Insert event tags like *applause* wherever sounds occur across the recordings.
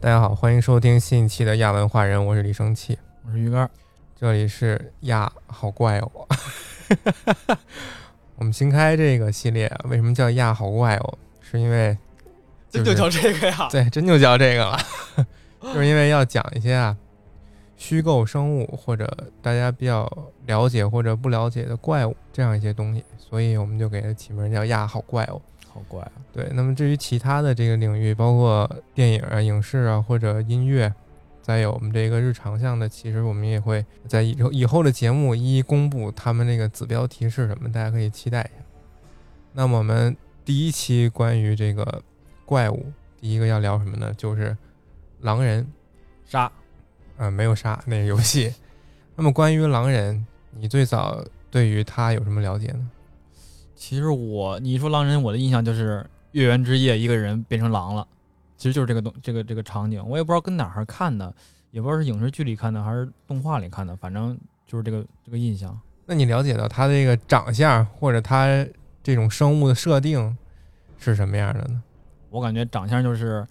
大家好，欢迎收听新一期的亚文化人，我是李生气，我是鱼竿。这里是呀，好怪哦。 *laughs* 我们新开这个系列，为什么叫呀好怪哦？是因为这就叫这个 *laughs* 呀？对，真就叫这个了， *laughs* 就是因为要讲一些啊虚构生物或者大家比较了解或者不了解的怪物这样一些东西，所以我们就给它起名叫呀好怪哦。好怪 *laughs* 啊！对，那么至于其他的这个领域，包括电影啊、影视啊，或者音乐，再有我们这个日常项的，其实我们也会在以后以后的节目一一公布他们这个子标题是什么，大家可以期待一下。那么我们第一期关于这个怪物，第一个要聊什么呢？就是狼人，杀啊、没有杀那个游戏。那么关于狼人，你最早对于他有什么了解呢？其实我，你一说狼人，我的印象就是月圆之夜，一个人变成狼了，其实就是这个东这个这个场景。我也不知道跟哪儿看的，也不知道是影视剧里看的还是动画里看的，反正就是这个这个印象。那你了解到它这个长相或者它这种生物的设定是什么样的呢？我感觉长相就是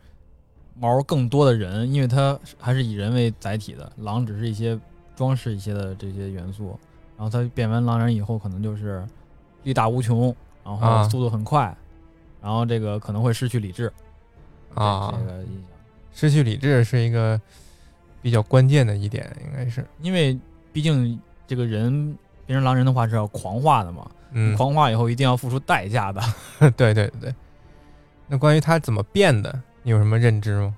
毛更多的人，因为它是还是以人为载体的，狼只是一些装饰一些的这些元素。然后它变完狼人以后，可能就是力大无穷，然啊后速度很快，然后这个可能会失去理智啊这，个印象。失去理智是一个比较关键的一点，应该是，因为毕竟这个人变成狼人的话是要狂化的嘛，嗯，狂化以后一定要付出代价的。对对对。那关于它怎么变的，你有什么认知吗？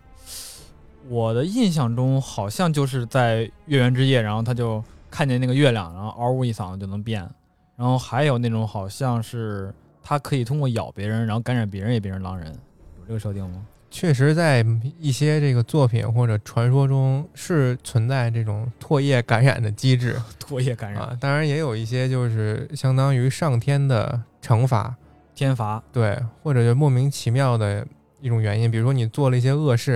我的印象中好像就是在月圆之夜，然后他就看见那个月亮，然后嗷呜一嗓子就能变。然后还有那种好像是他可以通过咬别人，然后感染别人也变成狼人，有这个设定吗？确实，在一些这个作品或者传说中是存在这种唾液感染的机制，唾液感染、啊，当然也有一些就是相当于上天的惩罚，天罚，对，或者就莫名其妙的一种原因，比如说你做了一些恶事，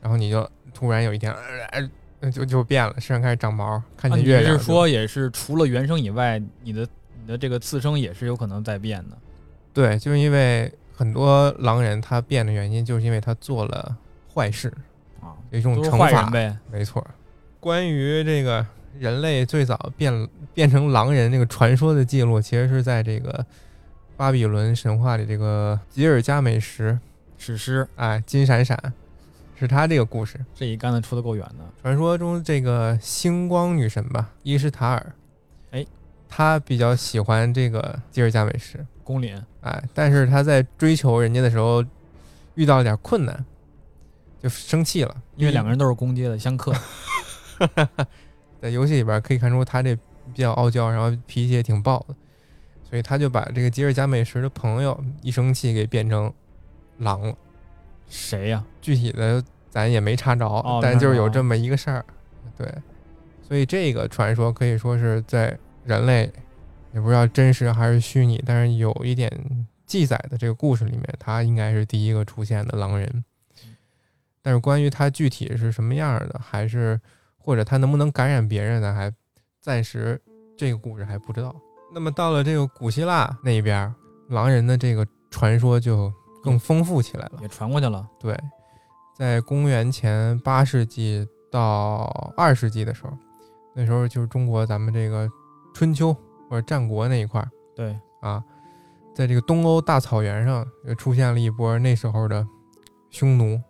然后你就突然有一天，呃呃、就就变了，身上开始长毛，看见那啊你月亮是就。说也是除了原生以外，你的你的这个次生也是有可能再变的？对，就是因为很多狼人他变的原因，就是因为他做了坏事，啊，有一种都是惩坏罚人。呗。没错。关于这个人类最早变 *laughs* 变成狼人这个传说的记录，其实是在这个巴比伦神话里，这个吉尔加美什，史诗哎，金闪闪，是他这个故事。这一竿子出的够远的。传说中这个星光女神吧，伊什塔尔，哎，她比较喜欢这个吉尔加美什，公领哎，但是她在追求人家的时候遇到了点困难，就生气了，因为两个人都是公爹 *laughs* 的相克，在游戏里边可以看出她这比较傲娇，然后脾气也挺暴的，所以她就把这个吉尔加美什的朋友一生气给变成狼了。谁呀、具体的咱也没查着，哦但就是有没查着这么一个事儿。对，所以这个传说可以说是在人类也不知道真实还是虚拟，但是有一点记载的这个故事里面，他应该是第一个出现的狼人。嗯但是关于他具体是什么样儿的，还是或者他能不能感染别人呢，还暂时这个故事还不知道。那么到了这个古希腊那边儿，狼人的这个传说就更丰富起来了。也传过去了。对，在公元前八世纪到二世纪的时候，那时候就是中国咱们这个春秋或者战国那一块儿对，啊，在这个东欧大草原上又出现了一波那时候的匈奴，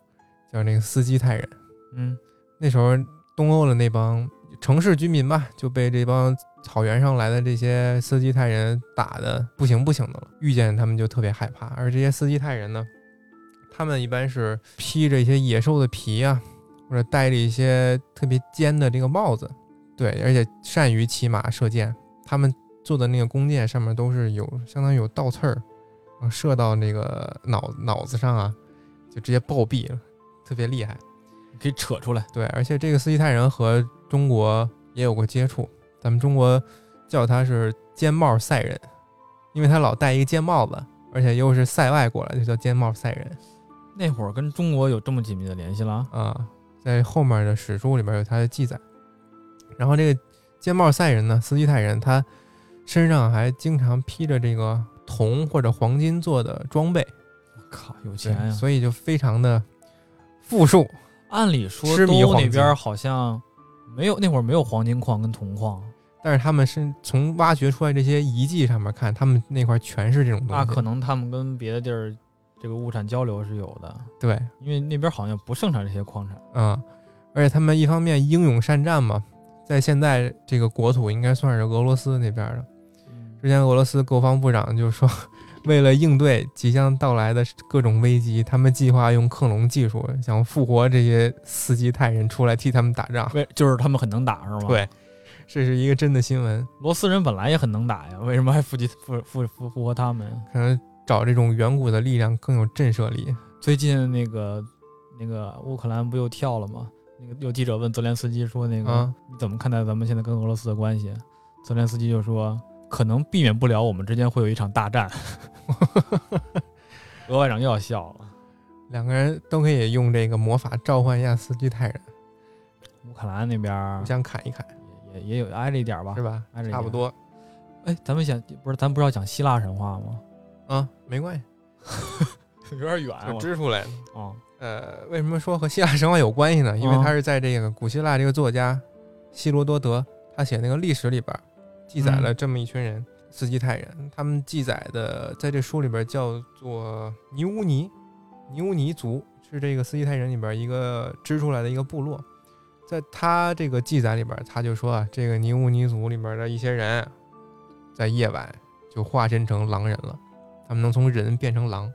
叫那个斯基泰人。嗯，那时候东欧的那帮城市居民吧，就被这帮草原上来的这些斯基泰人打的不行不行的了，遇见他们就特别害怕。而这些斯基泰人呢，他们一般是披着一些野兽的皮啊，或者戴着一些特别尖的这个帽子，对，而且善于骑马射箭。他们做的那个弓箭上面都是有相当于有倒刺儿，然后射到那个脑脑子上啊，就直接暴毙了，特别厉害。可以扯出来。对，而且这个斯基泰人和中国也有过接触，咱们中国叫他是尖帽赛人，因为他老戴一个尖帽子，而且又是塞外过来，就叫尖帽赛人那会儿跟中国有这么紧密的联系了啊？啊。在后面的史书里边有他的记载。然后这个尖帽赛人呢，斯基泰人，他身上还经常披着这个铜或者黄金做的装备，我靠，有对钱呀、所以就非常的富庶按理说痴迷东欧黄那金边好像没有那会儿没有黄金矿跟铜矿，但是他们是从挖掘出来这些遗迹上面看，他们那块全是这种东那西。可能他们跟别的地儿这个物产交流是有的，对，因为那边好像不盛产这些矿产。嗯，而且他们一方面英勇善战嘛，在现在这个国土应该算是俄罗斯那边的。之前俄罗斯国防部长就说， *laughs* 为了应对即将到来的各种危机，他们计划用克隆技术想复活这些斯基泰人出来替他们打仗。为就是他们很能打是吗？，对，这是一个真的新闻，罗斯人本来也很能打呀，为什么还复及复复复复活他们？可能找这种远古的力量更有震慑力。最近那个那个乌克兰不又跳了吗？那个有记者问泽连斯基说：“那个、啊你怎么看待咱们现在跟俄罗斯的关系？”泽连斯基就说：“可能避免不了我们之间会有一场大战。” *laughs* 俄外长又要笑了。两个人都可以用这个魔法召唤一下斯基泰人，乌克兰那边儿互相砍一砍，也也有挨着一点儿吧是？吧挨着？一差不点多哎，咱们想不是咱不是要讲希腊神话吗？啊，没关系，有点远啊我支出来了。啊，呃，为什么说和希腊神话有关系呢？因为嗯他是在这个古希腊这个作家希罗多德他写那个历史里边儿记载了这么一群人，斯基泰人，他们记载的在这书里边叫做尼乌尼，尼乌尼族是这个斯基泰人里边一个支出来的一个部落。在他这个记载里边，他就说啊，这个尼乌尼族里边的一些人，在夜晚就化身成狼人了，他们能从人变成狼。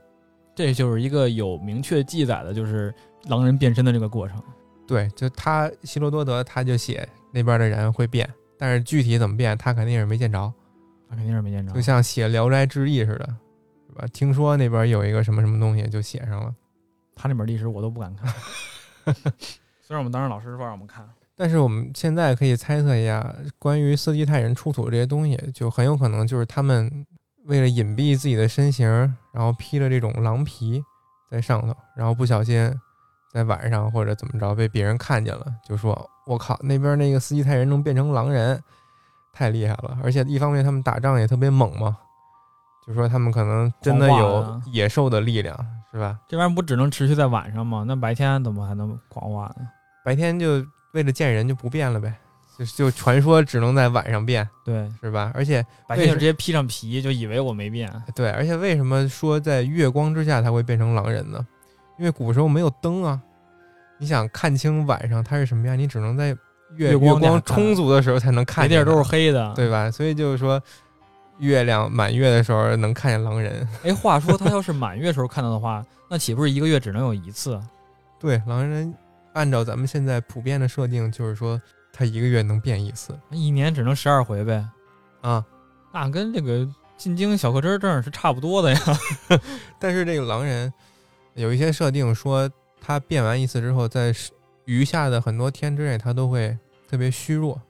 这就是一个有明确记载的，就是狼人变身的这个过程。对，就他希罗多德他就写那边的人会变，但是具体怎么变，他肯定是没见着，他肯定是没见着就。像写《聊斋志异》似的，是吧？听说那边有一个什么什么东西，就写上了。他那本历史我都不敢看， *laughs* 虽然我们当时老师说让我们看，但是我们现在可以猜测一下，关于斯基泰人出土这些东西，就很有可能就是他们为了隐蔽自己的身形，然后披了这种狼皮在上头，然后不小心在晚上或者怎么着被别人看见了，就说：“我靠，那边那个斯基泰人能变成狼人，太厉害了！”而且一方面他们打仗也特别猛嘛，就说他们可能真的狂妄有啊野兽的力量，是吧？这玩意儿不只能持续在晚上吗？那白天怎么还能狂化呢？白天就为了见人就不变了呗，就就传说只能在晚上变。对，是吧？而且白为天就什直接披上皮，就以为我没变。对，而且为什么说在月光之下它会变成狼人呢？因为古时候没有灯啊，你想看清晚上它是什么样，你只能在月月光光底下看充足的时候才能看别见地儿它，都是黑的。，对吧？所以就是说，月亮满月的时候能看见狼人，哎，话说他要是满月时候看到的话，那岂不是一个月只能有一次？对，狼人按照咱们现在普遍的设定，就是说他一个月能变一次那一年只能十二回呗？啊。那跟这个进京小客车证是差不多的呀。 *laughs* 但是这个狼人有一些设定说，他变完一次之后，在余下的很多天之内，他都会特别虚弱，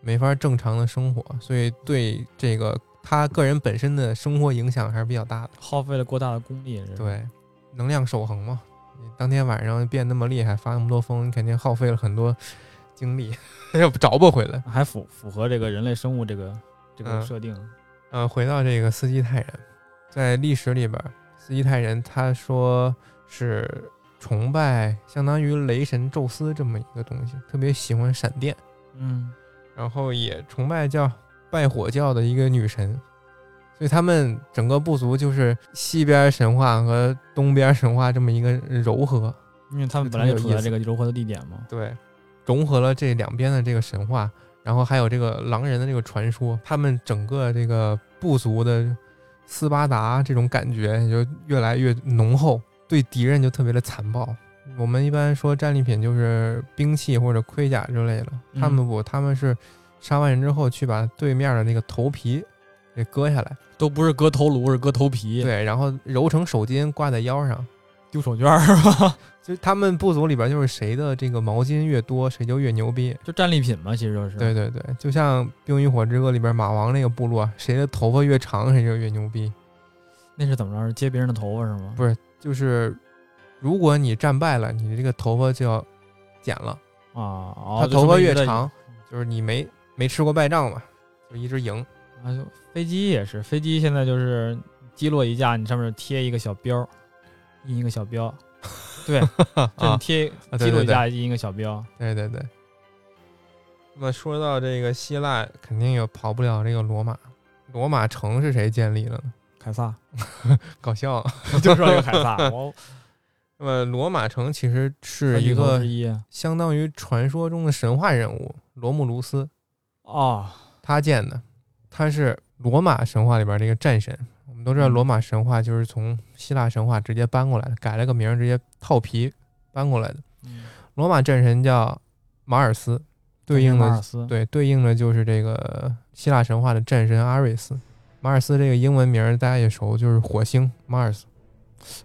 没法正常的生活，所以对这个他个人本身的生活影响还是比较大的。耗费了过大的功力。这是，对，能量守恒嘛，你当天晚上变那么厉害，发那么多疯，你肯定耗费了很多精力， *laughs* 要不找不回来。还符符合这个人类生物这个这个嗯设定。呃，回到这个斯基泰人，在历史里边儿，斯基泰人他说是崇拜相当于雷神宙斯这么一个东西，特别喜欢闪电，嗯，然后也崇拜叫拜火教的一个女神，所以他们整个部族就是西边神话和东边神话这么一个柔合，因为他们这本来特就别有意处在思这个柔和的地点嘛。对，融合了这两边的这个神话，然后还有这个狼人的这个传说，他们整个这个部族的斯巴达这种感觉也就越来越浓厚，对敌人就特别的残暴。我们一般说战利品就是兵器或者盔甲之类的，他们不，他们是杀完人之后去把对面的那个头皮给割下来，都不是割头颅，是割头皮，对，然后揉成手巾挂在腰上。丢手绢儿是吧？就是他们部族里边，就是谁的这个毛巾越多，谁就越牛逼。 *laughs* 就战利品嘛，其实就是。对，对对，就像《冰与火之歌》里边马王那个部落，谁的头发越长，谁就越牛逼。那是怎么着？是接别人的头发是吗？不就是如果你战败了，你这个头发就要剪了。啊，哦他就头发说明越你嗯在长，就是你没没吃过败仗嘛，就一直赢。啊，就飞机也是，飞机现在就是击落一架，你上面贴一个小标儿，印一个小标， *laughs* 对，就你啊，贴啊对记录对一下印一个小标，对对对。那么说到这个希腊，肯定也跑不了这个罗马。罗马城是谁建立的呢？凯撒，搞笑啊。 *laughs* 就说这个凯撒，我那么罗马城其实我 *laughs* 是女一头个之一啊相当于传说中的神话人物罗慕卢斯，哦，他建的，他是罗马神话里边这个战神。我们都知道，嗯罗马神话就是从希腊神话直接搬过来的，改了个名儿，直接套皮搬过来的。嗯罗马战神叫马尔斯，对应马的尔斯，对对应的就是这个希腊神话的战神阿瑞斯。马尔斯这个英文名儿大家也熟，就是火星 Mars。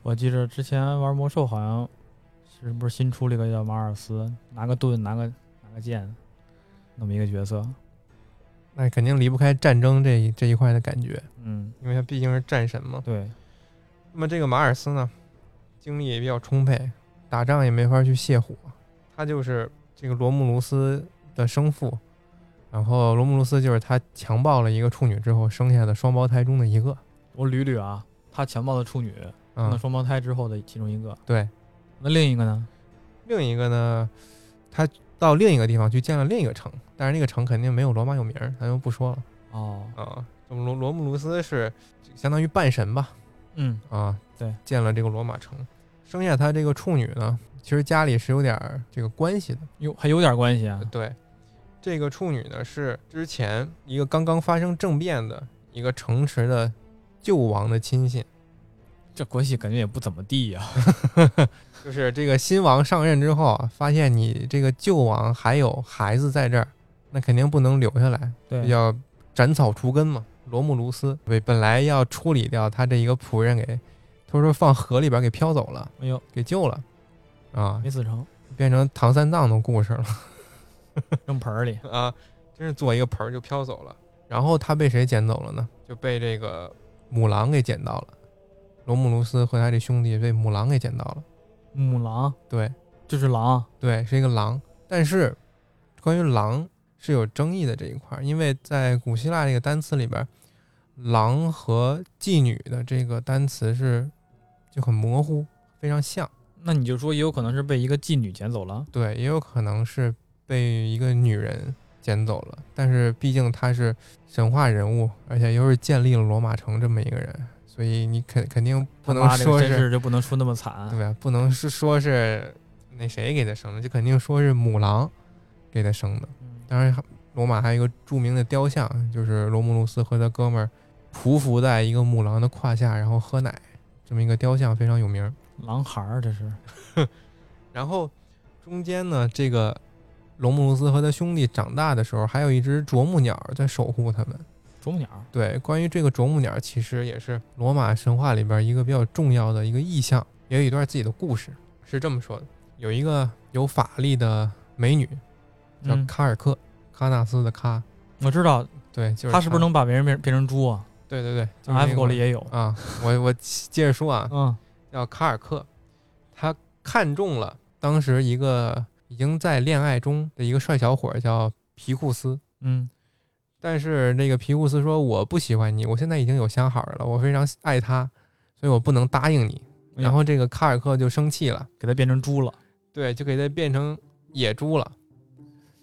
我记着之前玩魔兽好像是不是新出了一个叫马尔斯，拿个盾，拿个拿个剑，那么一个角色，那肯定离不开战争这一这一块的感觉，嗯，因为他毕竟是战神嘛。对，那么这个马尔斯呢，精力也比较充沛，打仗也没法去泄火，他就是这个罗慕卢斯的生父，然后罗慕卢斯就是他强暴了一个处女之后生下的双胞胎中的一个。我捋捋啊，他强暴了处女，那嗯，双胞胎之后的其中一个，对。那另一个呢？另一个呢，他到另一个地方去建了另一个城，但是那个城肯定没有罗马有名儿，咱就不说了哦，啊。这么罗罗慕卢斯是相当于半神吧，嗯，啊，对，建了这个罗马城，生下他这个处女呢，其实家里是有点儿这个关系的。有还有点关系啊，对，这个处女呢是之前一个刚刚发生政变的一个城池的旧王的亲信，这关系感觉也不怎么地啊呀、就是这个新王上任之后啊，发现你这个旧王还有孩子在这儿，那肯定不能留下来，对，要斩草除根嘛。罗慕卢斯对，本来要处理掉他这一个仆人给偷偷放河里边给飘走了，哎呦，给救了，啊没，死成，变成唐三藏的故事了。扔盆儿里，啊，真是做一个盆儿就飘走了。然后他被谁捡走了呢？就被这个母狼给捡到了。罗姆卢斯和他这兄弟被母狼给捡到了。母狼对就是狼，对，是一个狼。但是关于狼是有争议的这一块儿，因为在古希腊这个单词里边儿，狼和妓女的这个单词是就很模糊，非常像。那你就说也有可能是被一个妓女捡走了，对，也有可能是被一个女人捡走了，但是毕竟他是神话人物，而且又是建立了罗马城这么一个人，所以你肯肯定不能他妈这说个身是，世就不能说那么惨，对吧？不能是说是那谁给他生的，就肯定说是母狼给他生的。嗯当然还，罗马还有一个著名的雕像，就是罗慕路斯和他哥们儿匍匐在一个母狼的胯下，然后喝奶，这么一个雕像非常有名。狼孩儿这是，然后中间呢，这个罗姆鲁斯和他兄弟长大的时候，还有一只啄木鸟在守护他们。啄木鸟儿，对，关于这个啄木鸟，其实也是罗马神话里边一个比较重要的一个意象，也有一段自己的故事，是这么说的：有一个有法力的美女叫嗯，卡尔克，喀纳斯的喀，我知道对，就是他是不是能把别人变变成猪啊对对对，就是那？F 个狗里也有，啊，我我接着说啊，嗯，叫卡尔克，他看中了当时一个已经在恋爱中的一个帅小伙儿叫皮库斯，嗯，但是那个皮库斯说我不喜欢你，我现在已经有相好了，我非常爱他，所以我不能答应你。哎呀然后这个卡尔克就生气了，给它变成猪了，对，就给他变成野猪了。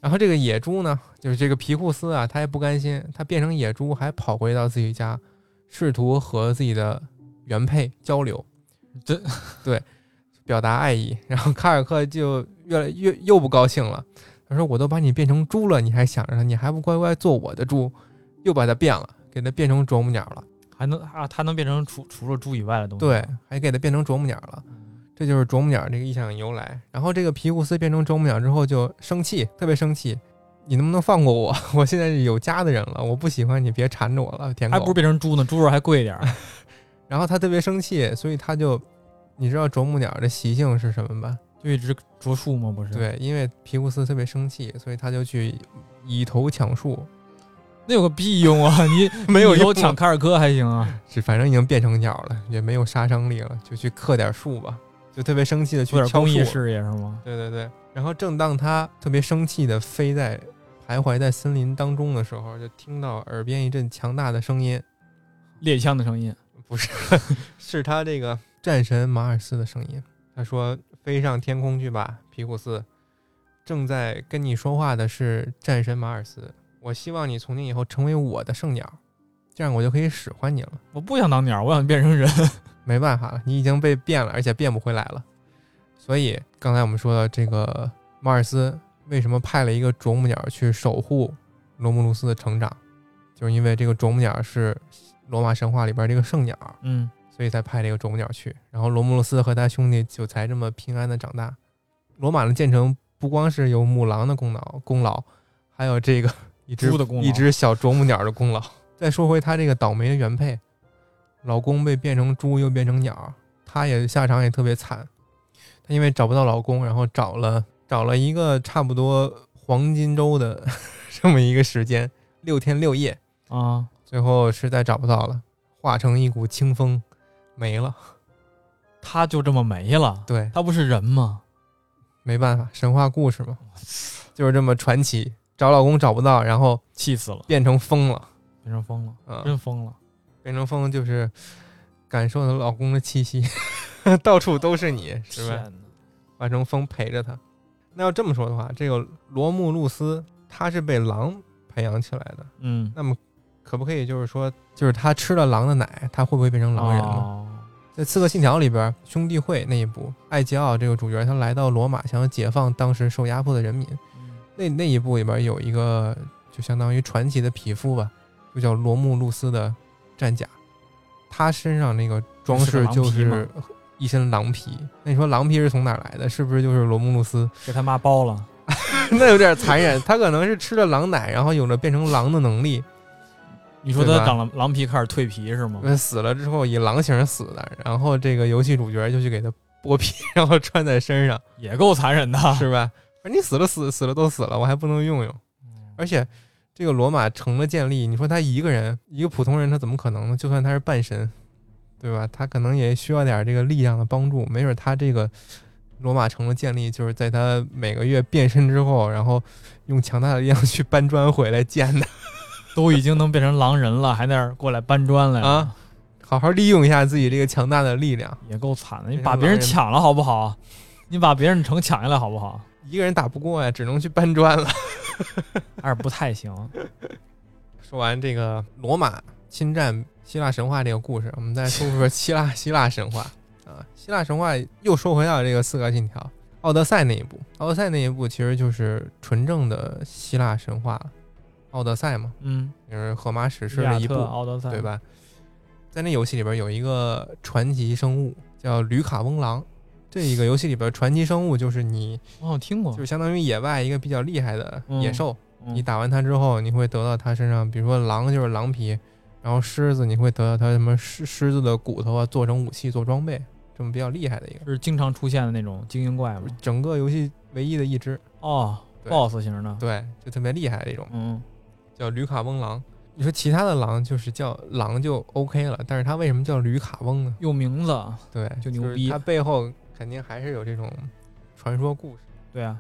然后这个野猪呢，就是这个皮库斯啊，他也不甘心，他变成野猪还跑回到自己家，试图和自己的原配交流。这表达爱意，然后卡尔克就越来越又不高兴了。他说：“我都把你变成猪了，你还想着它你还不乖乖做我的猪？”又把它变了，给它变成啄木鸟了。还能啊，它能变成除除了猪以外的东西，对，还给它变成啄木鸟了。嗯这就是啄木鸟这个意象的由来。然后这个皮库斯变成啄木鸟之后就生气，特别生气。你能不能放过我？ *laughs* 我现在是有家的人了，我不喜欢你，别缠着我了，舔还不狗如。变成猪呢，猪肉还贵一点儿， *laughs* 然后他特别生气，所以他就，你知道啄木鸟的习性是什么吧？就一直啄树吗？不是，，对，因为皮库斯特别生气，所以他就去以头抢 *laughs* 树，那有个屁用啊！你 *laughs* 没有以后用抢卡尔科还 *laughs* 行啊，是反正已经变成鸟了，也没有杀伤力了，就去刻点树吧，就特别生气的去做点敲公益树。事业是吗？对对对。然后正当他特别生气的飞在徘徊在森林当中的时候，就听到耳边一阵强大的声音，猎枪的声音，不是，是他这个战神马尔斯的声音。他说：“飞上天空去吧，皮古斯。正在跟你说话的是战神马尔斯，我希望你从今以后成为我的圣鸟，这样我就可以使唤你了。我不想当鸟，我想变成人。没办法了，你已经被变了，而且变不回来了。所以刚才我们说的这个马尔斯为什么派了一个啄木鸟去守护罗慕路斯的成长，就是因为这个啄木鸟是罗马神话里边这个圣鸟，嗯，所以才派这个啄木鸟去。然后罗慕路斯和他兄弟就才这么平安的长大。罗马的建成不光是有母狼的功劳功劳，还有这个 *laughs* 一只 *laughs* 猪的功劳一只小啄木鸟的功劳。再说回他这个倒霉的原配，老公被变成猪又变成鸟，她也下场也特别惨。她因为找不到老公，然后找了找了一个差不多黄金周的 *laughs* 这么一个时间，六天六夜，啊，最后实在找不到了，化成一股清风没了。他就这么没了。对，他不是人吗？没办法，神话故事嘛，就是这么传奇。找老公找不到，然后气死了，变成疯了，变成疯了，嗯，真疯了。变成疯就是感受到老公的气息， *laughs* 到处都是你，是吧？天哪！化成风陪着他。那要这么说的话，这个罗慕路斯他是被狼培养起来的，嗯，那么可不可以就是说，就是他吃了狼的奶，他会不会变成狼人呢？哦在《刺客信条》里边，兄弟会那一部，艾吉奥这个主角他来到罗马，想要解放当时受压迫的人民。嗯那那一部里边有一个就相当于传奇的匹夫吧，就叫罗慕路斯的战甲，他身上那个装饰就是个狼是一身狼皮。那你说狼皮是从哪儿来的？是不是就是罗慕路斯？ *laughs* 给他妈包了。那有点残忍，他可能是吃了狼奶，然后有了变成狼的能力，你说对他吧长了狼皮开始蜕皮是吗？呃死了之后以狼形死的。然后这个游戏主角就去给他剥皮，然后穿在身上，也够残忍的。是吧？反正你死了死死了都死了，我还不能用用。而且这个罗马城的建立，你说他一个人，一个普通人，他怎么可能呢？就算他是半神，对吧？他可能也需要点这个力量的帮助。没准他这个罗马城的建立，就是在他每个月变身之后，然后用强大的力量去搬砖回来建的。都已经能变成狼人了，还在那儿过来搬砖来了啊，好好利用一下自己这个强大的力量，也够惨的。你变成把别人狼人抢了好不好？你把别人城抢下来好不好？一个人打不过呀，只能去搬砖了。还是不太行。说完这个罗马侵占希腊神话这个故事，我们再说说希腊 *laughs* 希腊神话啊。希腊神话又说回到这个《刺客信条》《奥德赛》那一部，《奥德赛》那一部其实就是纯正的希腊神话了，《奥德赛》嘛， *laughs* 嗯，就是荷马史诗利的亚一部特，奥德赛对？吧？在那游戏里边有一个传奇生物叫吕卡翁狼，这一个游戏里边传奇生物就是你，我好像听过就。是相当于野外一个比较厉害的野兽。哦嗯你打完它之后，你会得到它身上，比如说狼就是狼皮，然后狮子你会得到它什么狮狮子的骨头啊，做成武器做装备，这么比较厉害的一个，是经常出现的那种精英怪吗？整个游戏唯一的一只，哦对，BOSS 型的。对，就特别厉害的一种，嗯，叫吕卡翁狼。你说其他的狼就是叫狼就 OK 了，但是它为什么叫吕卡翁呢？有名字。对，就是牛逼它背后肯定还是有这种传说故事。对啊，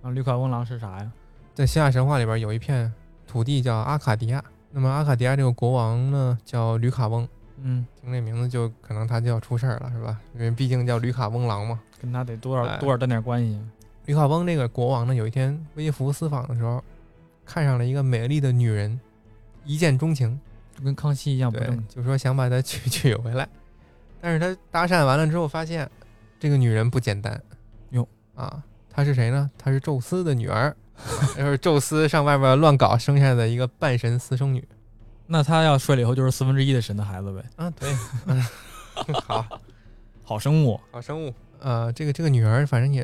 啊，吕卡翁狼是啥呀？在希腊神话里边有一片土地叫阿卡迪亚，那么阿卡迪亚这个国王呢叫吕卡翁。嗯，听这名字就可能他就要出事儿了，是吧？因为毕竟叫吕卡翁狼嘛。跟他得多少哎多少沾点关系。吕卡翁这个国王呢，有一天微服私访的时候，看上了一个美丽的女人，一见钟情，就跟康熙一啊样不对正，就说想把她娶 *laughs* 娶回来。但是他搭讪完了之后，发现这个女人不简单哟啊，她是谁呢？她是宙斯的女儿， *laughs* 就是宙斯上外边乱搞生下的一个半神私生女那他要睡了以后就是四分之一的神的孩子呗，啊。 *laughs* 对，嗯 *laughs* 好，好生物。好生物。呃，这个这个女儿反正也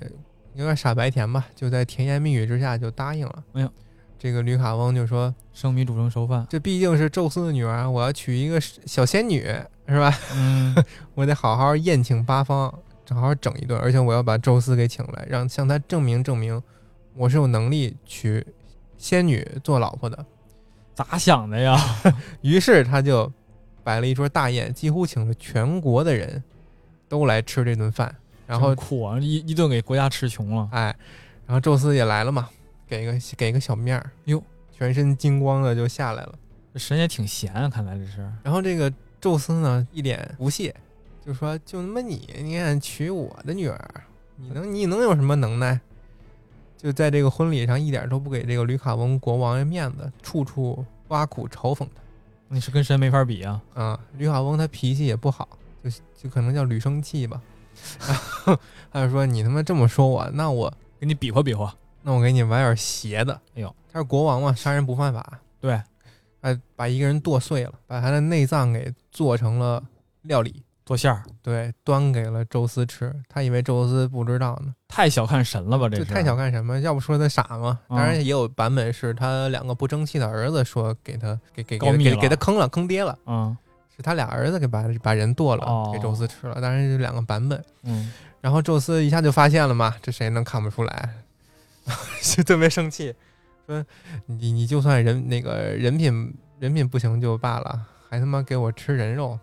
有点傻白甜吧，就在甜言蜜语之下就答应了。哎呦，这个吕卡翁就说生米煮成熟饭：“。这毕竟是宙斯的女儿，我要娶一个小仙女，是吧？ *laughs* 嗯，我得好好宴请八方，好好整一顿，而且我要把宙斯给请来，让向他证明证明，我是有能力娶仙女做老婆的。”咋想的呀？于是他就摆了一桌大宴，几乎请了全国的人都来吃这顿饭，然后真苦啊，一一顿给国家吃穷了。哎，然后宙斯也来了嘛，给个给个小面儿，哟，全身金光的就下来了。这神也挺闲啊，看来这是。然后这个宙斯呢，一脸不屑，就说：“就他妈你，你敢娶我的女儿？你能你能有什么能耐？就在这个婚礼上一点都不给这个吕卡翁国王面子，处处挖苦嘲讽你是跟谁没法比啊？他啊。吕卡翁他脾气也不好，就就可能叫吕生气吧。 *laughs* 然后他就说：“你他妈这么说我，那我给你比划比划。那我给你买点邪的。”哎呦，他是国王嘛，杀人不犯法。对，哎，把一个人剁碎了，把他的内脏给做成了料理，做馅儿对，端给了宙斯吃。他以为宙斯不知道呢，太小看神了吧？这这是太小看什么？要不说他傻嘛。嗯当然也有版本是他两个不争气的儿子说给他给给告给密给了给他坑了，坑爹了。嗯是他俩儿子给把把人剁了，哦给宙斯吃了。当然是两个版本。嗯，然后宙斯一下就发现了嘛，这谁能看不出来？ *laughs* 就特别生气，说你你就算人那个人品人品不行就罢了，还他妈给我吃人肉，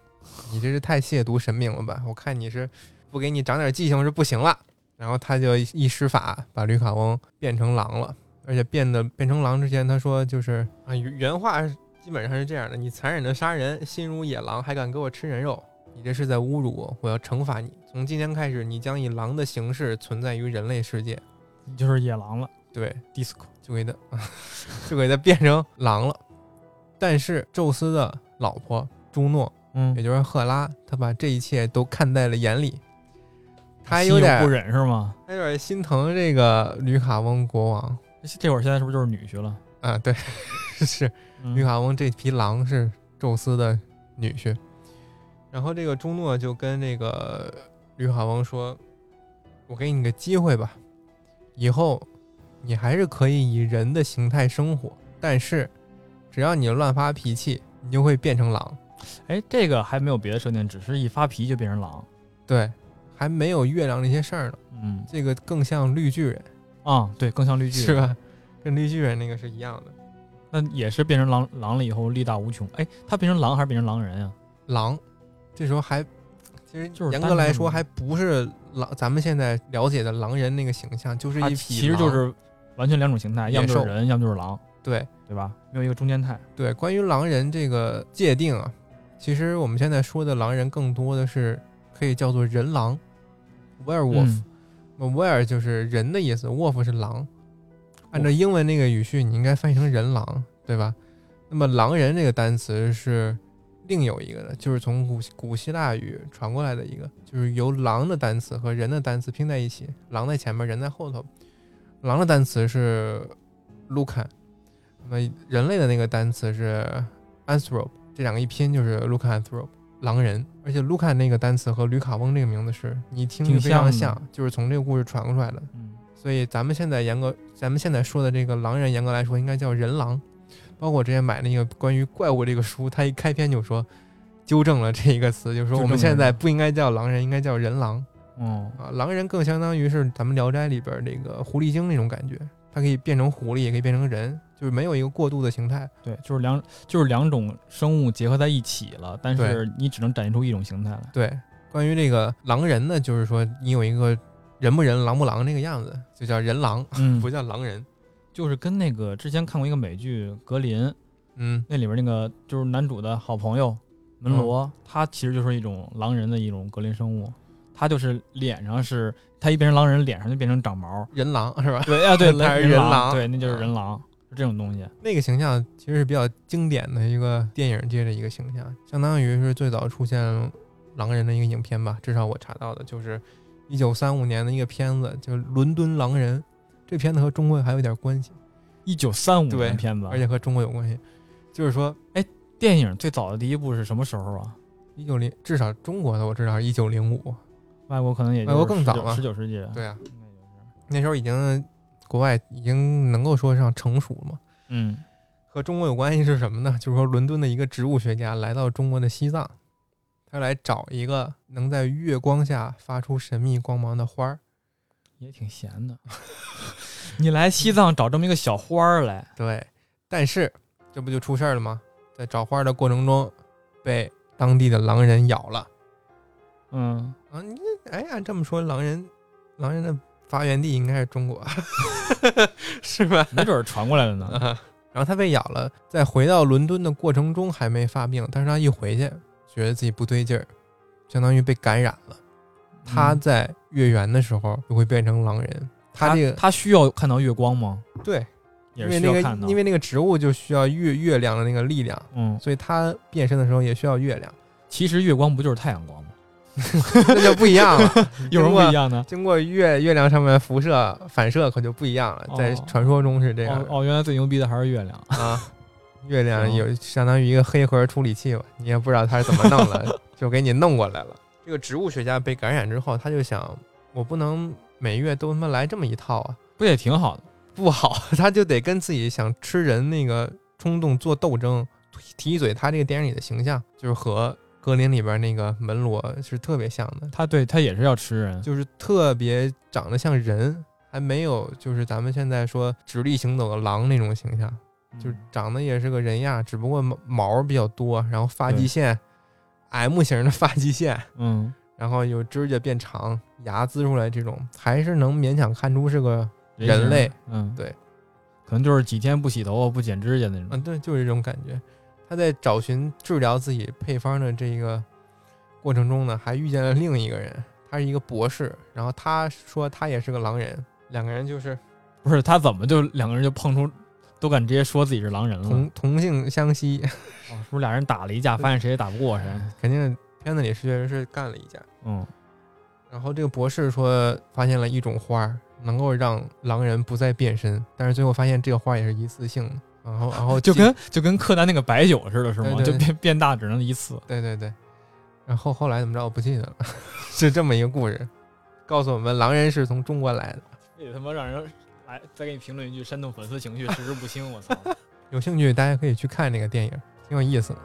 你这是太亵渎神明了吧？我看你是不给你长点记性是不行了。然后他就一一施法把吕卡翁变成狼了，而且变得变成狼之前，他说就是啊原原话基本上是这样的：你残忍的杀人，心如野狼，还敢给我吃人肉，你这是在侮辱我，我要惩罚你。从今天开始，你将以狼的形式存在于人类世界。你就是野狼了对， ，disco。就给他， *laughs* 就给他变成狼了。但是宙斯的老婆朱诺，嗯也，就是赫拉，她把这一切都看在了眼里，她心有点不忍是吗？她有点心疼这个吕卡翁国王这会儿现在是不是就是女婿了？啊。对， *laughs* 是嗯吕卡翁这匹狼是宙斯的女婿，然后这个朱诺就跟这个吕卡翁说：“我给你个机会吧，以后你还是可以以人的形态生活，但是只要你乱发脾气，你就会变成狼。哎，这个还没有别的设定，只是一发脾气就变成狼。对，还没有月亮那些事儿呢，嗯这个更像绿巨人，啊、对，更像绿巨是人，吧？跟绿巨人那个是一样的，那也是变成狼狼了以后力大无穷。哎，他变成狼还是变成狼人啊呀、狼，这时候还。”其实就是严单格来纯说，的还不是狼，咱们现在了解的狼人那个形象，就是他一匹其实就狼是完全两种形态，野要么就兽是人，要么就是狼，对对吧？没有一个中间态。对。关于狼人这个界定啊，其实我们现在说的狼人更多的是可以叫做人狼，werewolf、嗯那 were 就是人的意思，wolf 是狼。按照英文那个语序，你应该翻译成人狼，对吧？那么狼人这个单词是另有一个的，就是从古古希腊语传过来的一个，就是由狼的单词和人的单词拼在一起，狼在前面，人在后头。狼的单词是 lucan，那么人类的那个单词是 anthrop，这两个一拼就是 lucananthrop，狼人。而且 lucan 那个单词和吕卡翁这个名字是你听着挺非常像的像，就是从这个故事传过来的。嗯，所以咱们现在严格，咱们现在说的这个狼人，严格来说应该叫人狼。包括我之前买那个关于怪物这个书，它一开篇就说纠正了这一个词，就是说我们纠正了现在不应该叫狼人，应该叫人狼哦，啊。狼人更相当于是咱们《聊斋》里边这个狐狸精那种感觉，它可以变成狐狸，也可以变成人，就是没有一个过渡的形态。对，就是两就是两种生物结合在一起了，但是你只能展现出一种形态 *laughs* 来。对，关于这个狼人呢，就是说你有一个人不人狼不狼那个样子，就叫人狼，嗯不，叫狼人。就是跟那个之前看过一个美剧《格林》，嗯，那里边那个就是男主的好朋友门罗，他其实就是一种狼人的一种格林生物，他就是脸上是他一变成狼人，脸上就变成长毛。人狼是吧？对啊，*laughs* 对，他是人人狼，狼嗯对，那就是人狼，是这种东西。那个形象其实是比较经典的一个电影界的一个形象，相当于是最早出现狼人的一个影片吧，至少我查到的就是一九三五年的一个片子，就是《伦敦狼人》。这片子和中国还有点关系，一九三五对年片子，而且和中国有关系，就是说电影最早的第一部是什么时候啊？一九零，至少中国的我知道是一九零五，外国可能也就外国更早了十九世纪。对啊，应该就是那时候已经国外已经能够说上成熟了嘛。嗯，和中国有关系是什么呢？就是说，伦敦的一个植物学家来到中国的西藏，他来找一个能在月光下发出神秘光芒的花儿。也挺闲的。 *laughs* 你来西藏找这么一个小花儿来，对，但是这不就出事儿了吗？在找花儿的过程中，被当地的狼人咬了。嗯，啊，你哎呀，这么说，狼人，狼人的发源地应该是中国， *laughs* 是吧？没准儿传过来了呢。啊，然后他被咬了，在回到伦敦的过程中还没发病，但是他一回去，觉得自己不对劲儿，相当于被感染了， *laughs* 嗯他在月圆的时候就会变成狼人。他这个他需要看到月光吗？对，也因是为需那要看个到，因为那个植物就需要月月亮的那个力量，嗯，所以它变身的时候也需要月亮， *laughs* 其实月光不就是太 *laughs* 阳光吗？那就不一样了。有什么不一样呢？经过月月亮上面辐射反射可就不一样了，在哦传说中是这样哦的哦，原来最牛逼的还是月亮。啊。月亮行有相当于一个黑盒处理器吧，你也不知道它是怎么弄 *laughs* 的，就给你弄过来了。这个植物学家被感染之后，他就想，我不能每月都他妈来这么一套啊，不也挺好的？不好，他就得跟自己想吃人那个冲动做斗争，提嘴他这个电影里的形象就是和格林里边那个门罗是特别像的，他对他也是要吃人，就是特别长得像人，还没有就是咱们现在说直立行走的狼那种形象，嗯就是长得也是个人样，只不过毛毛比较多，然后发际对线 M 型的发际线，嗯，然后有指甲变长，牙呲出来这种，还是能勉强看出是个人形类，嗯，对，可能就是几天不洗头发、不剪指甲那种。嗯，对，就是这种感觉。他在找寻治疗自己配方的这个过程中呢，还遇见了另一个人，他是一个博士，然后他说他也是个狼人，两个人就是不是他怎么就两个人就碰出，都敢直接说自己是狼人了？同同性相吸，哦是不是俩人打了一架，发现谁也打不过谁？肯定片子里是确实是干了一架。嗯，然后这个博士说发现了一种花儿，能够让狼人不再变身，但是最后发现这个花儿也是一次性的。然后，然后嗯就进跟就跟柯南那个白酒似的，是吗？对对就变变大只能一次。对对对，然后后来怎么着我不记得了， *laughs* 是这么一个故事，告诉我们狼人是从中国来的。这他妈让人来再给你评论一句煽动粉丝 *laughs* 情绪，实之不清。我操！有兴趣大家可以去看那个电影，挺有意思的。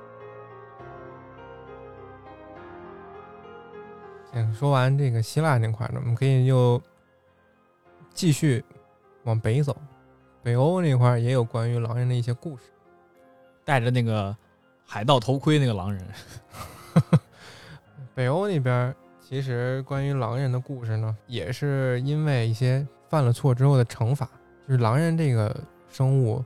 行，说完这个希腊那块儿呢，我们可以又继续往北走，北欧那块儿也有关于狼人的一些故事。戴着那个海盗头盔那个狼人，北欧那边儿其实关于狼人的故事呢，也是因为一些犯了错之后的惩罚，就是狼人这个生物，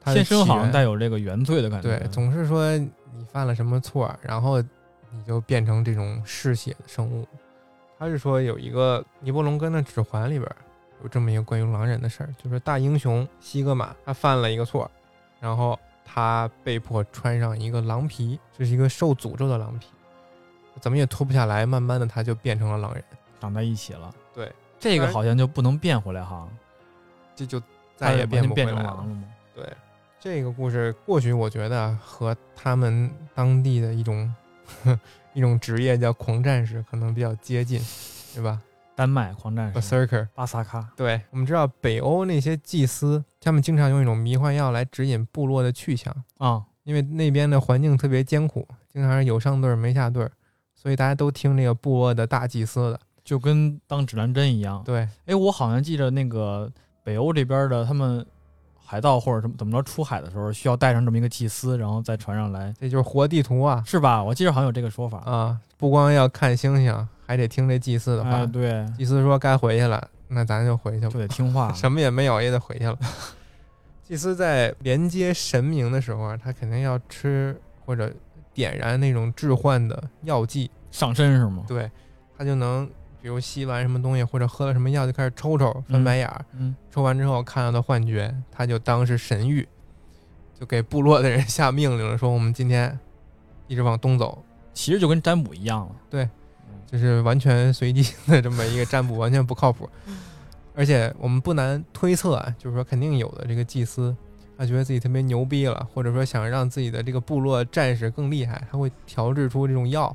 它的天生起好像源带有这个原罪的感觉。对，总是说你犯了什么错儿，然后你就变成这种嗜血的生物。他是说有一个尼伯龙根的《指环》里边儿有这么一个关于狼人的事儿，就是大英雄西格玛他犯了一个错儿，然后他被迫穿上一个狼皮，这是一个受诅咒的狼皮，怎么也脱不下来，慢慢的他就变成了狼人，长在一起了。对，这当个然好像就不能变回来哈，这就再也变不回变来成了。狼了吗？对，这个故事或许我觉得和他们当地的一种 *laughs* 一种职业叫狂战士可能比较接近，对吧丹麦狂嗯战士？Berserker。巴萨卡，对，我们知道北欧那些祭司，他们经常用一种迷幻药来指引部落的去向，啊、因为那边的环境特别艰苦，经常是有上对儿没下对儿，所以大家都听这个部落的大祭司的。就跟当指南针一样。对，哎，我好像记着那个北欧这边的他们海盗或者怎么怎么着出海的时候，需要带上这么一个祭司，然后在船上来，这就是活地图啊是吧？我记着好像有这个说法。啊！不光要看星星，还得听这祭司的话。哎，对，祭司说该回去了，那咱就回去吧。就。得听话什么也没有，也得回去了。啊 *laughs* 祭司在连接神明的时候啊，他肯定要吃或者点燃那种致幻的药剂，上身是吗？对他就能，比如吸完什么东西或者喝了什么药，就开始抽抽翻白眼儿，嗯，抽完之后看到的幻觉，他就当是神谕，就给部落的人下命令了，说我们今天一直往东走，其实就跟占卜一样了。对嗯，就是完全随机的这么一个占卜，完全不靠谱。而且我们不难推测啊，就是说肯定有的这个祭司，他觉得自己特别牛逼了，或者说想让自己的这个部落战士更厉害，他会调制出这种药，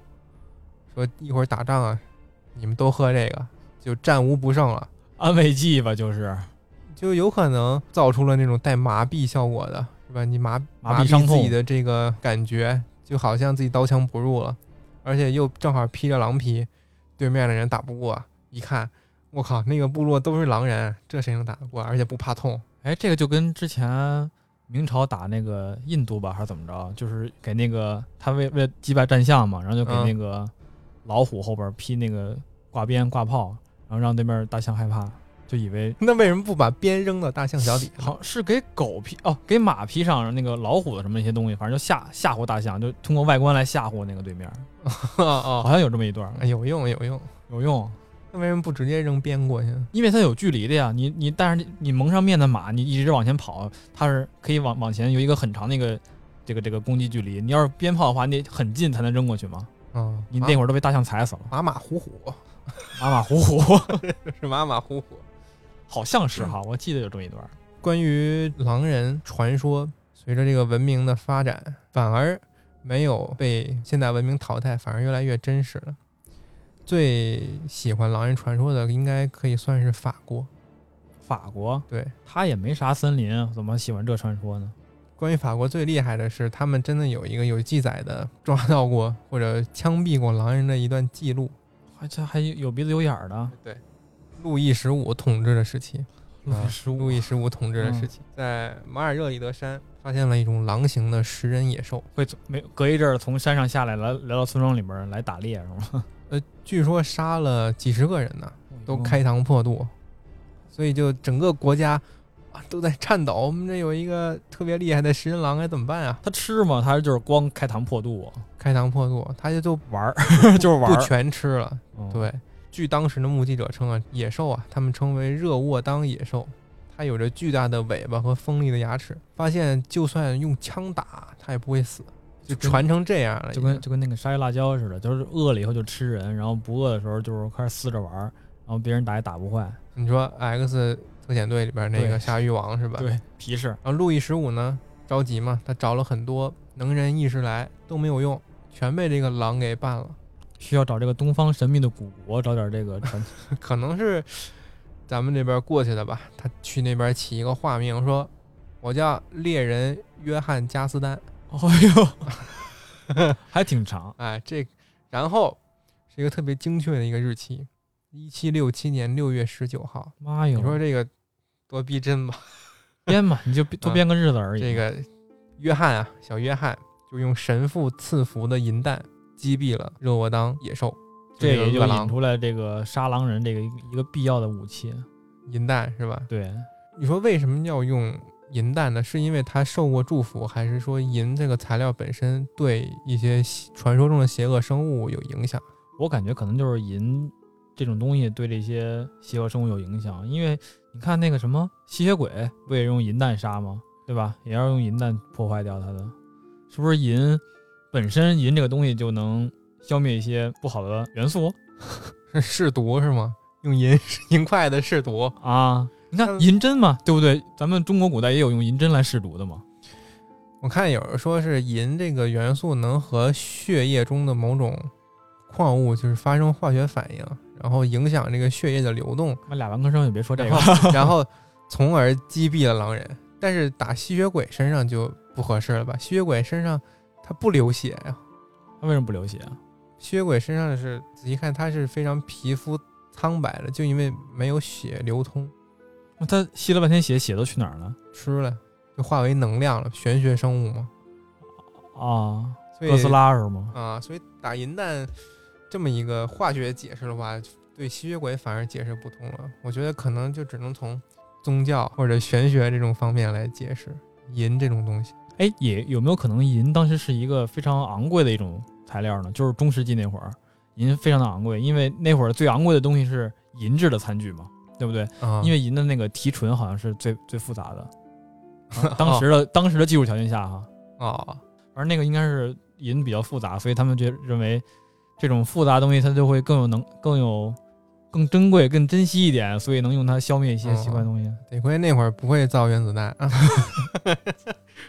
说一会儿打仗啊，你们都喝这个，就战无不胜了。安慰剂吧，就是就有可能造出了那种带麻痹效果的，是吧？你麻麻痹痹伤痛自己的这个感觉，就好像自己刀枪不入了，而且又正好披着狼皮，对面的人打不过，一看，我靠，那个部落都是狼人，这谁能打得过？而且不怕痛， *laughs* 哎，这个就跟之前明朝打那个印度吧，还是怎么着，就是给那个他为为了击败战象嘛，然后就给嗯那个老虎后边披那个挂鞭挂炮，然后让对面大象害怕，就以为那为什么不把鞭扔到大象脚底 *laughs* 下？好像是给狗披哦，给马披上那个老虎的什么一些东西，反正就吓吓唬大象，就通过外观来吓唬那个对面，哦哎好像有这么一段，有用有用，有用。那为什么不直接扔鞭过去？因为它有距离的呀。你你，但是你蒙上面的马，你一直往前跑，它是可以往往前有一个很长的一个这个这个攻击距离。你要是鞭炮的话，你得很近才能扔过去嘛。啊，你那会儿都被大象踩死了，马马虎虎 *laughs* 马马虎虎，是马马虎虎。好像是哈，嗯我记得有这么一段儿。关于狼人传说，随着这个文明的发展，反而没有被现代文明淘汰，反而越来越真实了。最喜欢狼人传说的，应该可以算是法国。法国对，它也没啥森林，怎么喜欢这传说呢？关于法国最厉害的是，他们真的有一个有记载的抓到过或者枪毙过狼人的一段记录。还这还有鼻子有眼儿的，对，路易十五统治的时期，啊十路易十五统治的时期，在马尔热里德山发现了一种狼形的食人野兽。会从没隔一阵儿从山上下来，来来到村庄里边儿来打猎是吗？呃，据说杀了几十个人呢， *laughs* 都嗯哦开膛破肚，所以就整个国家啊都在颤抖。我们这有一个特别厉害的食人狼，该怎么办啊？他吃吗？他就是光开膛破肚啊开膛破肚，他 *laughs* 就就玩儿，就是玩 *laughs* 不儿。全吃了。嗯，对，据当时的目击者称啊，野兽啊，他们称为热沃当野兽，它有着巨大的尾巴和锋利的牙齿，发现就算用枪打它也不会死，就跟传成这样了已就经，跟就跟那个沙棘辣椒似的，就是饿了以后就吃人，然后不饿的时候就是开始撕着玩儿，然后别人打也打不坏。你说 X 特遣队里边那对个鲨鱼王是吧？对，皮实。然后啊路易十五呢着急嘛，他找了很多能人异士来都没有用，全被这个狼给办了， *laughs* 需要找这个东方神秘的古国，找点这个传奇。可能是咱们这边过去的吧。他去那边起一个化名说。我叫猎人约翰加斯丹， *laughs* 哎呦，还挺长。哎，这然后是一个特别精确的一个日期，一七六七年六月十九号。妈你哟，说这个多逼真吧？编吧，你就多啊编个日子而已。这个约翰啊，小约翰就用神父赐福的银弹击毙了热沃当野兽，这个也就饿引狼出来这个杀狼人这个一个必要的武器。银弹是吧？对，你说为什么要用银弹呢？是因为它受过祝福，还是说银这个材料本身对一些邪传说中的邪恶生物有影 *laughs* 响？我感觉可能就是银这种东西对这些邪恶生物有影响，因为你看那个什么吸血鬼不也用银弹杀吗？对吧？也要用银弹破坏掉它的，是不是银本身银这个东西就能消灭一些不好的元素是试毒是吗？用银 *laughs* 银块的试毒，啊？你看银针嘛，对不对？咱们中国古代也有用银针来试毒的嘛。我看有人说是银这个元素能和血液中的某种矿物就是发生化学反应，然后影响这个血液的流动，那俩文科生也别说这然 *laughs* 个， *laughs* 后然后从而击毙了狼人。但是打吸血鬼身上就不合适了吧？吸血鬼身上它不流血呀、他为什么不流血啊？吸血鬼身上是仔细看它是非常皮肤苍白的，就因为没有血流通，那他吸了半天血，血都去哪儿了？吃了就化为能量了，玄学生物嘛。啊，所以哥斯拉是吗？啊，所以打银弹这么一个化学解释的话，对吸血鬼反而解释不通了。我觉得可能就只能从宗教或者玄学这种方面来解释银这种东西。哎，也有没有可能银当时是一个非常昂贵的一种材料呢？就是中世纪那会儿，银非常的昂贵，因为那会儿最昂贵的东西是银制的餐具嘛，对不对？啊，为因为银的那个提纯好像是最最复杂的，啊当时的当时的技术条件下哈，哦，而那个应该是银比较复杂，所以他们觉认为这种复杂的东西它就会更有能更有更珍贵、更珍惜一点，所以能用它消灭一些奇怪的东西。得亏那会儿不会造原子弹，啊， *laughs*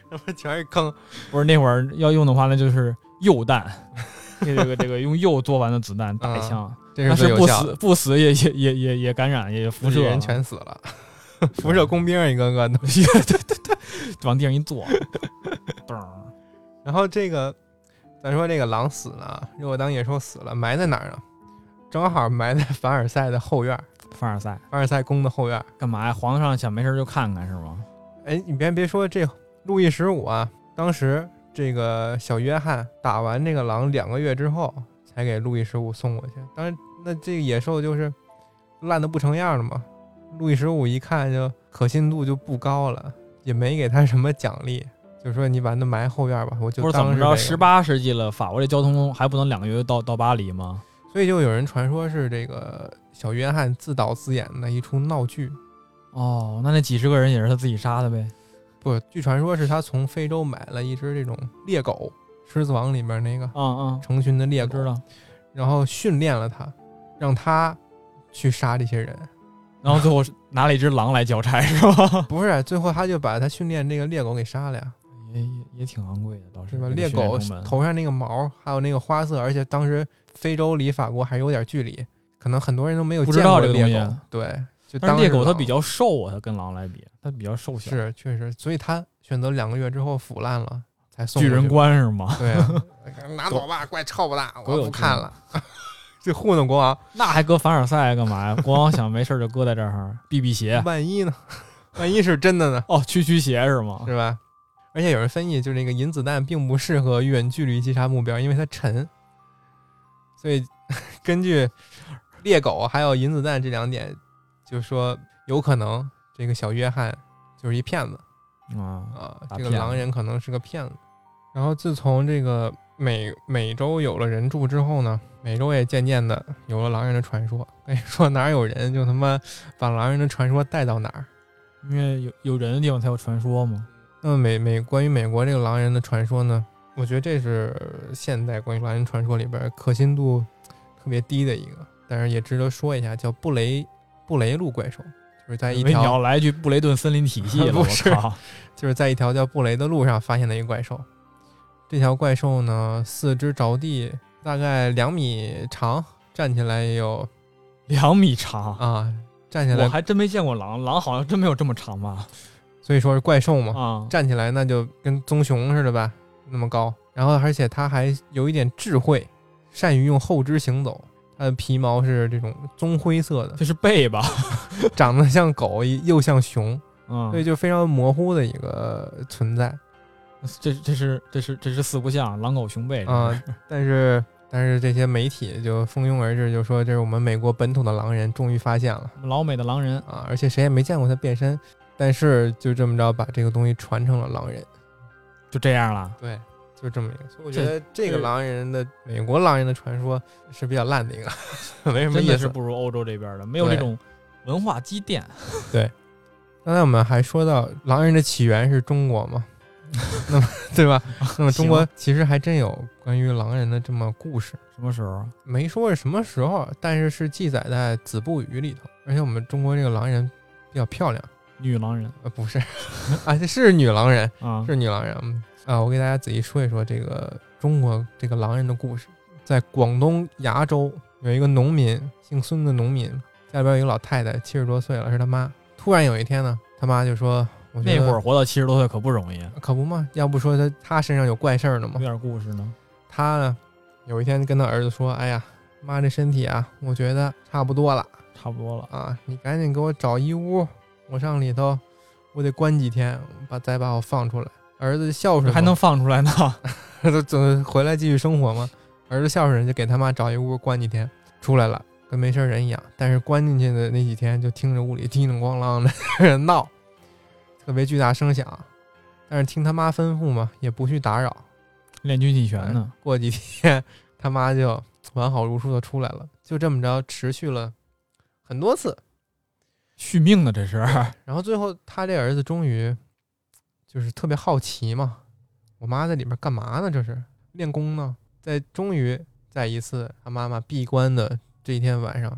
他妈全是坑。不是那会儿要用的话，那就是铀弹， *laughs* 这个这个用铆做完的子弹打一枪， *laughs* 这但最是有不效的，死不死也也也也也感染也辐自己射，啊人全死了， *laughs* 辐射工兵儿一个个都。 *laughs* *laughs* 往地上一坐，噔儿，然后这个，咱说这个狼死了，如果当野兽死了，埋在哪儿呢？正好埋在凡尔赛的后院儿，凡尔赛凡尔赛宫的后院儿。干嘛呀？皇上想没事儿就看看是吗？哎，你别别说这路易十五啊，当时这个小约翰打完这个狼两个月之后，才给路易十五送过去。当然，那这个野兽就是烂的不成样了嘛。路易十五一看就可信度就不高了，也没给他什么奖励，就说你把那埋后院吧，我就不是怎当么是着？这十个八世纪了，法国这交通还不能两个月就到到巴黎吗？所以就有人传说是这个小约翰自导自演的一出闹剧。哦，那那几十个人也是他自己杀的呗？不，据传说是他从非洲买了一只这种猎狗，《狮子王》里面那个嗯嗯，成群的猎我狗，知道。然后训练了它，让它去杀这些人。然后最后是拿了一只狼来交差，是吧？不是，最后他就把他训练这个猎狗给杀了呀， *laughs* 也也也挺昂贵的，倒是是吧？这个猎训练狗成本头上那个毛，还有那个花色，而且当时非洲离法国还有点距离，可能很多人都没有不知见过道这个猎东狗西。啊对，就但当是猎狗它狼比较瘦啊，它跟狼来比，它比较瘦小，是确实，所以他选择两个月之后腐烂了才送巨过人去观是吗？ *laughs* 对啊， *laughs* 拿走吧，怪臭不大，国我有不制看了。 *laughs* 这糊弄国啊王，那还搁凡尔赛干嘛呀？国王想没事儿就搁在这儿避避邪，万一呢？ *laughs* 万一是真的呢？哦，驱驱邪是吗？是吧？而且有人分析，就是这个银子弹并不适合远距离击杀目标，因为它沉。所以 *laughs* 根据猎狗还有银子弹这两点，就说有可能这个小约翰就是一骗子。啊，啊，大这个骗狼子人可能是个骗子。然后自从这个美美洲有了人住之后呢，美洲也渐渐的有了狼人的传说。跟你说哪儿有人就他妈把狼人的传说带到哪儿。因为有有人的地方才有传说嘛。那么美美关于美国这个狼人的传说呢，我觉得这是现代关于狼人传说里边儿可信度特别低的一个，但是也值得说一下，叫布雷布雷路怪兽，就是在一以为你条要来一句布雷顿森林体 *laughs* 系了，不我是靠！就是在一条叫布雷的路上发现的一个怪兽。这条怪兽呢，四肢着地，大概两米长，站起来也有两米长，啊，站起我来，还真没见过狼，狼好像真没有这么长吧？所以说是怪兽嘛，啊，站起来那就跟棕熊似的吧，那么高。然后，而且它还有一点智慧，善于用后肢行走。它的皮毛是这种棕灰色的， *laughs* 这是背吧？ *laughs* 长得像狗又像熊，嗯所，以就非常模糊的一个存在。这这是这是这是四不像，狼狗熊背这啊是但是但是这些媒体就蜂拥而至，就说这是我们美国本土的狼人终于发现了我们老美的狼人，啊，而且谁也没见过他变身，但是就这么着把这个东西传成了狼人，就这样了。对，就这么一个。所以我这觉得这个是狼人的美国狼人的传说是比较烂的一个， *laughs* 没什么真意的是思。不如欧洲这边的，没有这对种文化积淀。刚才我们还说到狼人的起源是中国嘛， *laughs* 那么对吧？哦那么中国其实还真有关于狼人的这么故事。什么时候？啊没说是什么时候，但是是记载在《子不语》里头。而且我们中国这个狼人比较漂亮，女狼人呃，不是 *laughs* 啊，是女狼人，啊，是女狼人。嗯啊，我给大家仔细说一说这个中国这个狼人的故事。在广东崖州有一个农民，姓孙的农民，家里边有一个老太太，七十多岁了，是他妈。突然有一天呢，他妈就说：“我觉那得哦会儿活到七十多岁可不容易，可不嘛，要不说他他身上有怪事儿呢嘛有。点故事呢。他呢，有一天跟他儿子说：“哎呀，妈，这身体啊，我觉得差不多了差不多了，啊，你赶紧给我找一屋，我上里头，我得关几天，把再把我放出来。”儿子孝顺嘛，还能放 *laughs* 出来呢？他总回来继续生活嘛。儿子孝顺，就给他妈找一屋关几天，出来了跟没事人一样。但是关进去的那几天，就听着屋里叮叮咣啷的闹，特别巨大声响。但是听他妈吩咐嘛，也不去打扰。练军体拳呢？过几天他妈就完好如初的出来了，就这么着持续了很多次，续命呢，这是。然后最后他这儿子终于就是特别好奇嘛，我妈在里边干嘛呢？这是练功呢？在终于在一次他妈妈闭关的这一天晚上，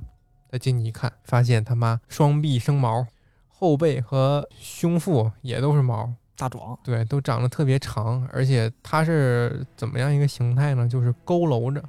他进去一看，发现他妈双臂生毛，后背和胸腹也都是毛，大壮对，都长得特别长，而且它是怎么样一个形态呢？就是佝偻着，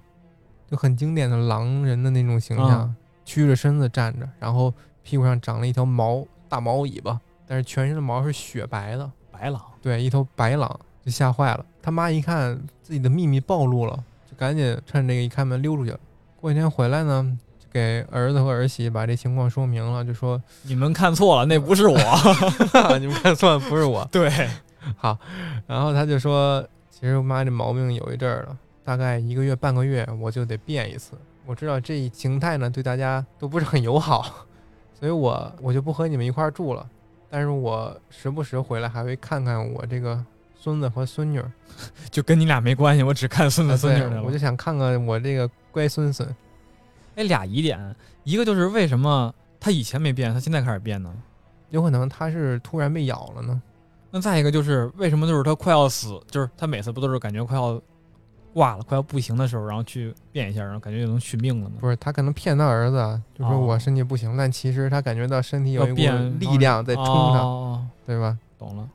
就很经典的狼人的那种形象，嗯屈着身子站着，然后屁股上长了一条毛大毛尾巴，但是全身的毛是雪白的，白狼，对，一头白狼就吓坏了。他妈一看自己的秘密暴露了，就赶紧趁这个一开门溜出去了。过几天回来呢，就给儿子和儿媳把这情况说明了，就说 *laughs* 你们看错了，那不是我。你们看错了，不是我。 *laughs* 对，然后他就说，其实我妈这毛病有一阵儿了，大概一个月半个月我就得变一次。我知道这一形态呢对大家都不是很友好， *laughs* 所以我我就不和你们一块儿住了。但是我时不时回来还会看看我这个孙子和孙女儿，就跟你俩没关系，我只看孙啊子孙女对的我了就。想看看我这个乖孙孙。哎，俩疑点，一个就是为什么他以前没变，他现在开始变呢？有可能他是突然被咬了嗯呢。那再一个就是为什么就是他快要死，就是他每次不都是感觉快要挂了、快要不行的时候，然后去变一下，然后感觉就能续命了呢？不是，他可能骗他儿子，啊就说哦我身体不行，但其实他感觉到身体有要一股变力量在冲他，哦对吧？懂了，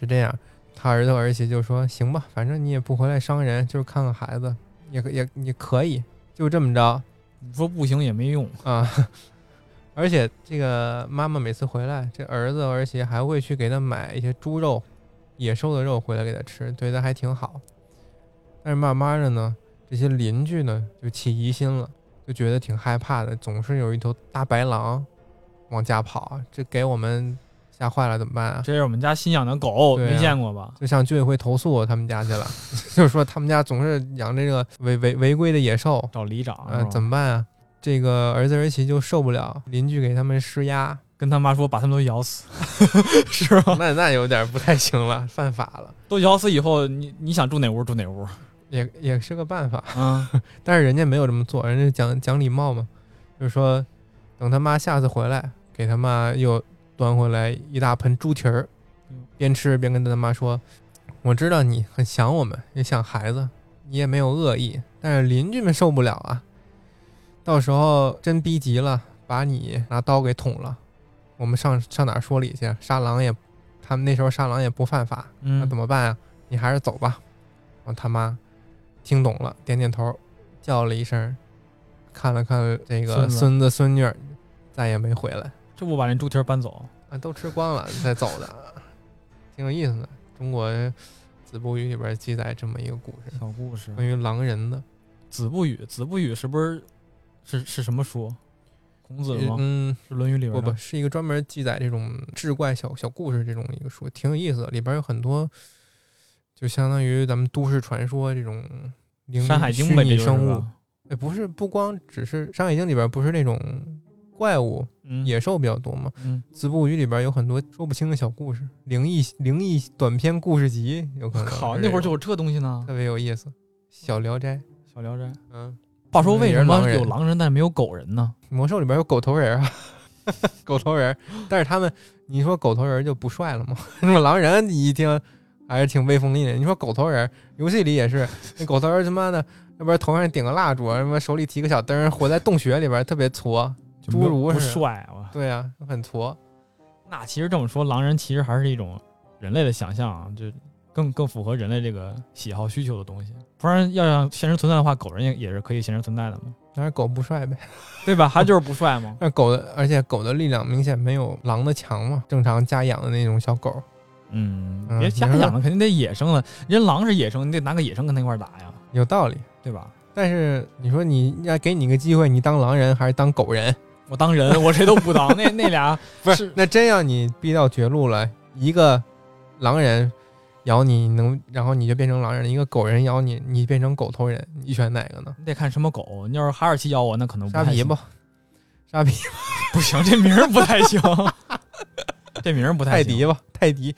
是这样，他儿子儿媳就说：“行吧，反正你也不回来伤人，就是看看孩子，也可也也可以，就这么着你说不行也没用，啊。” *laughs* 而且这个妈妈每次回来，这儿子儿媳还会去给他买一些猪肉、野兽的肉回来给他吃，对他还挺好。但是慢慢的呢，这些邻居呢就起疑心了，就觉得挺害怕的，总是有一头大白狼往家跑，这给我们吓坏了怎么办啊？这是我们家新养的狗，对啊没见过吧？就向居委会投诉他们家去了， *laughs* 就是说他们家总是养这个违违违规的野兽，找里长，呃是，吧怎么办啊？这个儿子儿媳就受不了，邻居给他们施压， *laughs* 跟他妈说把他们都咬死， *laughs* 是吧？那那有点不太行了，犯法了，都咬死以后，你你想住哪屋住哪屋也也是个办法。啊？但是人家没有这么做，人家讲讲礼貌嘛，就是说等他妈下次回来，给他妈又端回来一大盆猪蹄儿嗯，边吃边跟他妈说：“我知道你很想我们，也想孩子，你也没有恶意，但是邻居们受不了啊，到时候真逼急了，把你拿刀给捅了，我们上上哪儿说理去？杀狼也，他们那时候杀狼也不犯法， *laughs* 那嗯怎，么办啊？你还是走吧。然后他妈听懂了，点点头，叫了一声，看了看这个孙子孙子孙女儿，再也没回来这不把那猪蹄儿搬走？啊，都吃光了再走的，挺有意思的。中国子不语里边记载这么一个故事，小故事，关于狼人的。子不语，子不语是不是是是什么书？孔子吗？嗯，是《论语》里边不的不，是一个专门记载这种志怪小小故事这种一个书，挺有意思的。里边有很多，就相当于咱们都市传说这种灵山海经》虚呗，拟这就是生物吧。哎，不是，不光只是《山海经》里边不是那种怪物、嗯，野兽比较多吗？嗯， 《子不语》里边有很多说不清的小故事，灵异灵异短篇故事集，有可能是这种。靠，那会儿就有这东西呢，特别有意思，《小聊斋》小聊斋。嗯，话说为什嗯也是么狼人有狼人但是没有狗人呢？魔兽里边有狗头人啊， *laughs* 狗头人，但是他们，你说狗头人就不帅了吗？ *laughs* 你说狼人，你一听还是挺威风凛凛。你说狗头人，游戏里也是，那狗头人他妈的，要不然头上顶个蜡烛，要不然手里提个小灯儿，活在洞穴里边，特别矬。就没有侏儒不似的帅啊哇！对呀、很矬。那其实这么说，狼人其实还是一种人类的想象啊，就更更符合人类这个喜好需求的东西。不然要让现实存在的话，狗人也也是可以现实存在的嘛，但是狗不帅呗，对吧？他就是不帅 *laughs* 嘛。但是狗的，而且狗的力量明显没有狼的强嘛。正常家养的那种小狗，嗯，嗯别瞎你说养了，肯定得野生的。人狼是野生，你得拿个野生跟他一块儿打呀，有道理。对吧？但是你说你要给你一个机会，你当狼人还是当狗人？我当人，我谁都不当。那那俩不是是，那真要你逼到绝路了，一个狼人咬你能，然后你就变成狼人；一个狗人咬你，你变成狗头人，你选哪个呢？你得看什么狗。你要是哈士奇咬我，那可能不沙太皮行吧，沙皮不行，这名儿不太行， *laughs* 这名儿不太泰行。迪吧，泰迪，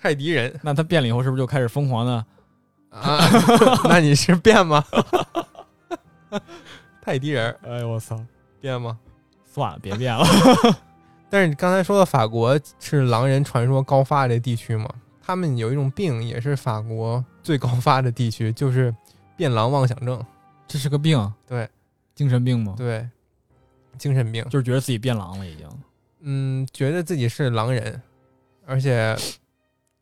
泰迪人那他变了以后，是不是就开始疯狂的？啊？ *laughs* 那你是变吗？ *laughs* 泰迪人哎，我操！变吗？算了，别变了。但是你刚才说的法国是狼人传说高发的地区嘛，他们有一种病也是法国最高发的地区，就是变狼妄想症。这是个病，对，精神病吗？对，精神病。就是觉得自己变狼了，已经。嗯，觉得自己是狼人，而且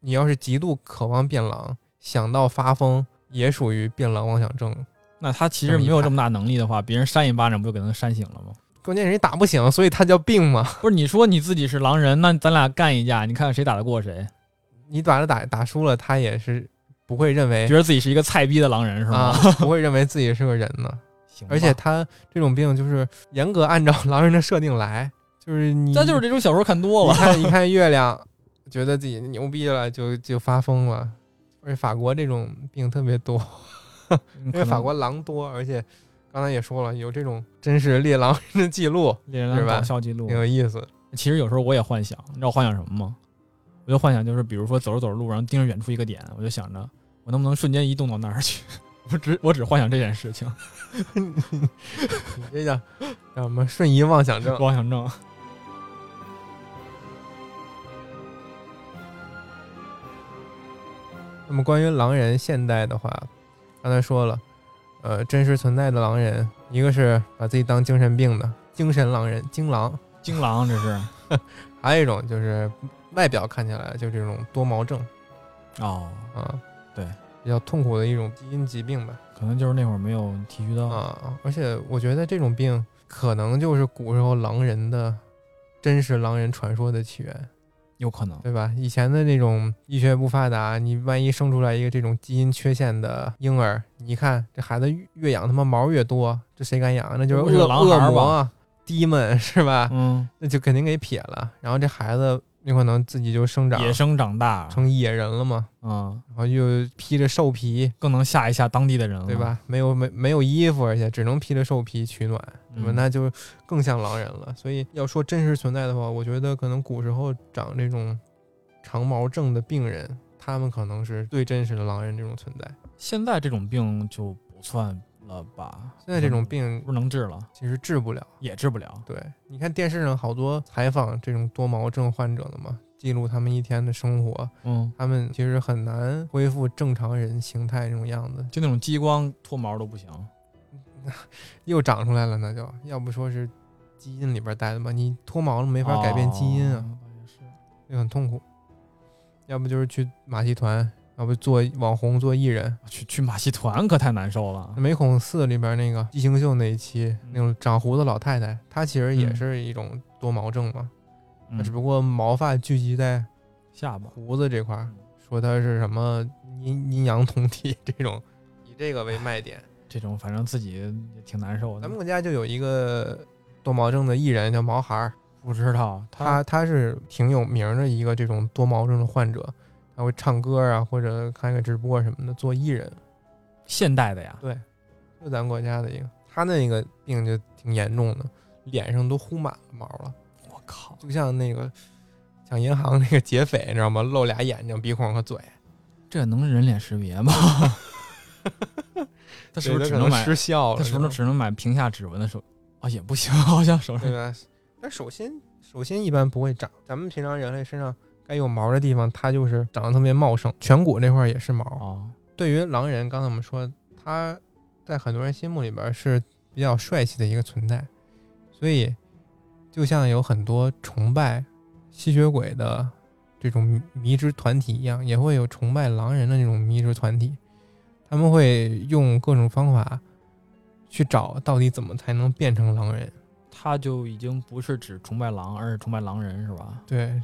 你要是极度渴望变狼，想到发疯，也属于变狼妄想症。那他其实没有这么大能力的话，别人扇一巴掌不就给他扇醒了吗？关键是你打不醒，所以它叫病嘛。不是，你说你自己是狼人，那咱俩干一架，你看看谁打得过谁？你把它打打输了，它也是不会认为觉得自己是一个菜逼的狼人是吗？哎啊， *laughs* 不会认为自己是个人的。行吧而且它这种病就是严格按照狼人的设定来，就是你咱就是这啊种小说看多你了，看一 *laughs* 看月亮，觉得自己牛逼了，就就发疯了。而且法国这种病特别多。因因为法国狼多，而且刚才也说了，有这种真实猎狼人的记录，猎人啊是吧搞笑记录挺。有意思。其实有时候我也幻想，你知道我幻想什么吗？我就幻想就是，比如说走着走着路，然后盯着远处一个点，我就想着我能不能瞬间移动到那儿去，我只 *laughs* 我只幻想这件事情，你这叫叫什么瞬移妄想症？妄想症。那么关于狼人现代的话，刚才说了，呃，真实存在的狼人，一个是把自己当精神病的精神狼人、精狼，精狼这是还有一种就是外表看起来就这种多毛症哦，啊，对，比较痛苦的一种基因疾病吧。可能就是那会儿没有体恤到。啊，而且我觉得这种病可能就是古时候狼人的真实狼人传说的起源，有可能。对吧？以前的那种医学不发达，你万一生出来一个这种基因缺陷的婴儿，你一看这孩子越越养他妈毛越多，这谁敢养啊？那就是不是恶狼孩恶儿吧魔啊，低们是吧？嗯，那就肯定给撇了。然后这孩子有可能自己就生长野生长大，啊成野人了嘛，嗯，然后又披着兽皮，更能吓一吓当地的人了，对？吧？没有没没有衣服，而且只能披着兽皮取暖。那么嗯那就更像狼人了。所以要说真实存在的话，我觉得可能古时候长这种长毛症的病人，他们可能是最真实的狼人这种存在。现在这种病就不算了吧？现在这种不病是能治了，其实治不了。也治不了。对，你看电视上好多采访这种多毛症患者的嘛，记录他们一天的生活，嗯，他们其实很难恢复正常人形态这种样子，就那种激光脱毛都不行。又长出来了，那就要不说是基因里边带的嘛，你脱毛了没法改变基因啊。哦也是也很痛苦。要不就是去马戏团，要不做网红、做艺人。去去马戏团可太难受了。美恐四里边那个《异形秀》那一期，嗯那种长胡子老太太，她其实也嗯是一种多毛症嘛，嗯只不过毛发聚集在下巴，胡子这块儿嗯，说她是什么阴阴阳同体这种，以这个为卖点。这种反正自己也挺难受的。咱们国家就有一个多毛症的艺人叫毛孩儿，不知道他他他是挺有名儿的一个这种多毛症的患者，他会唱歌啊，或者开个直播什么的，做艺人，现代的呀，就咱国家的一个。他那个病就挺严重的，脸上都糊满了毛了，我靠，就像那个像银行那个劫匪，你知道吗？露俩眼睛、鼻孔和嘴，这能人脸识别 *laughs* 吗？他他是不是只可能能买？失效了？他是不是知只能买屏下指纹的手？啊，也不行， *laughs* 好像手道吗对上吧？但手心手心一般不会长，咱们平常人类身上该有毛的地方，它就是长得特别茂盛，颧骨这块儿也是毛。哦，对于狼人，刚才我们说他在很多人心目里边是比较帅气的一个存在，所以就像有很多崇拜吸血鬼的这种迷迷之团体一样，也会有崇拜狼人的那种迷之团体，他们会用各种方法去找到底怎么才能变成狼人。他就已经不是只崇拜狼，而是崇拜狼人，是吧？对，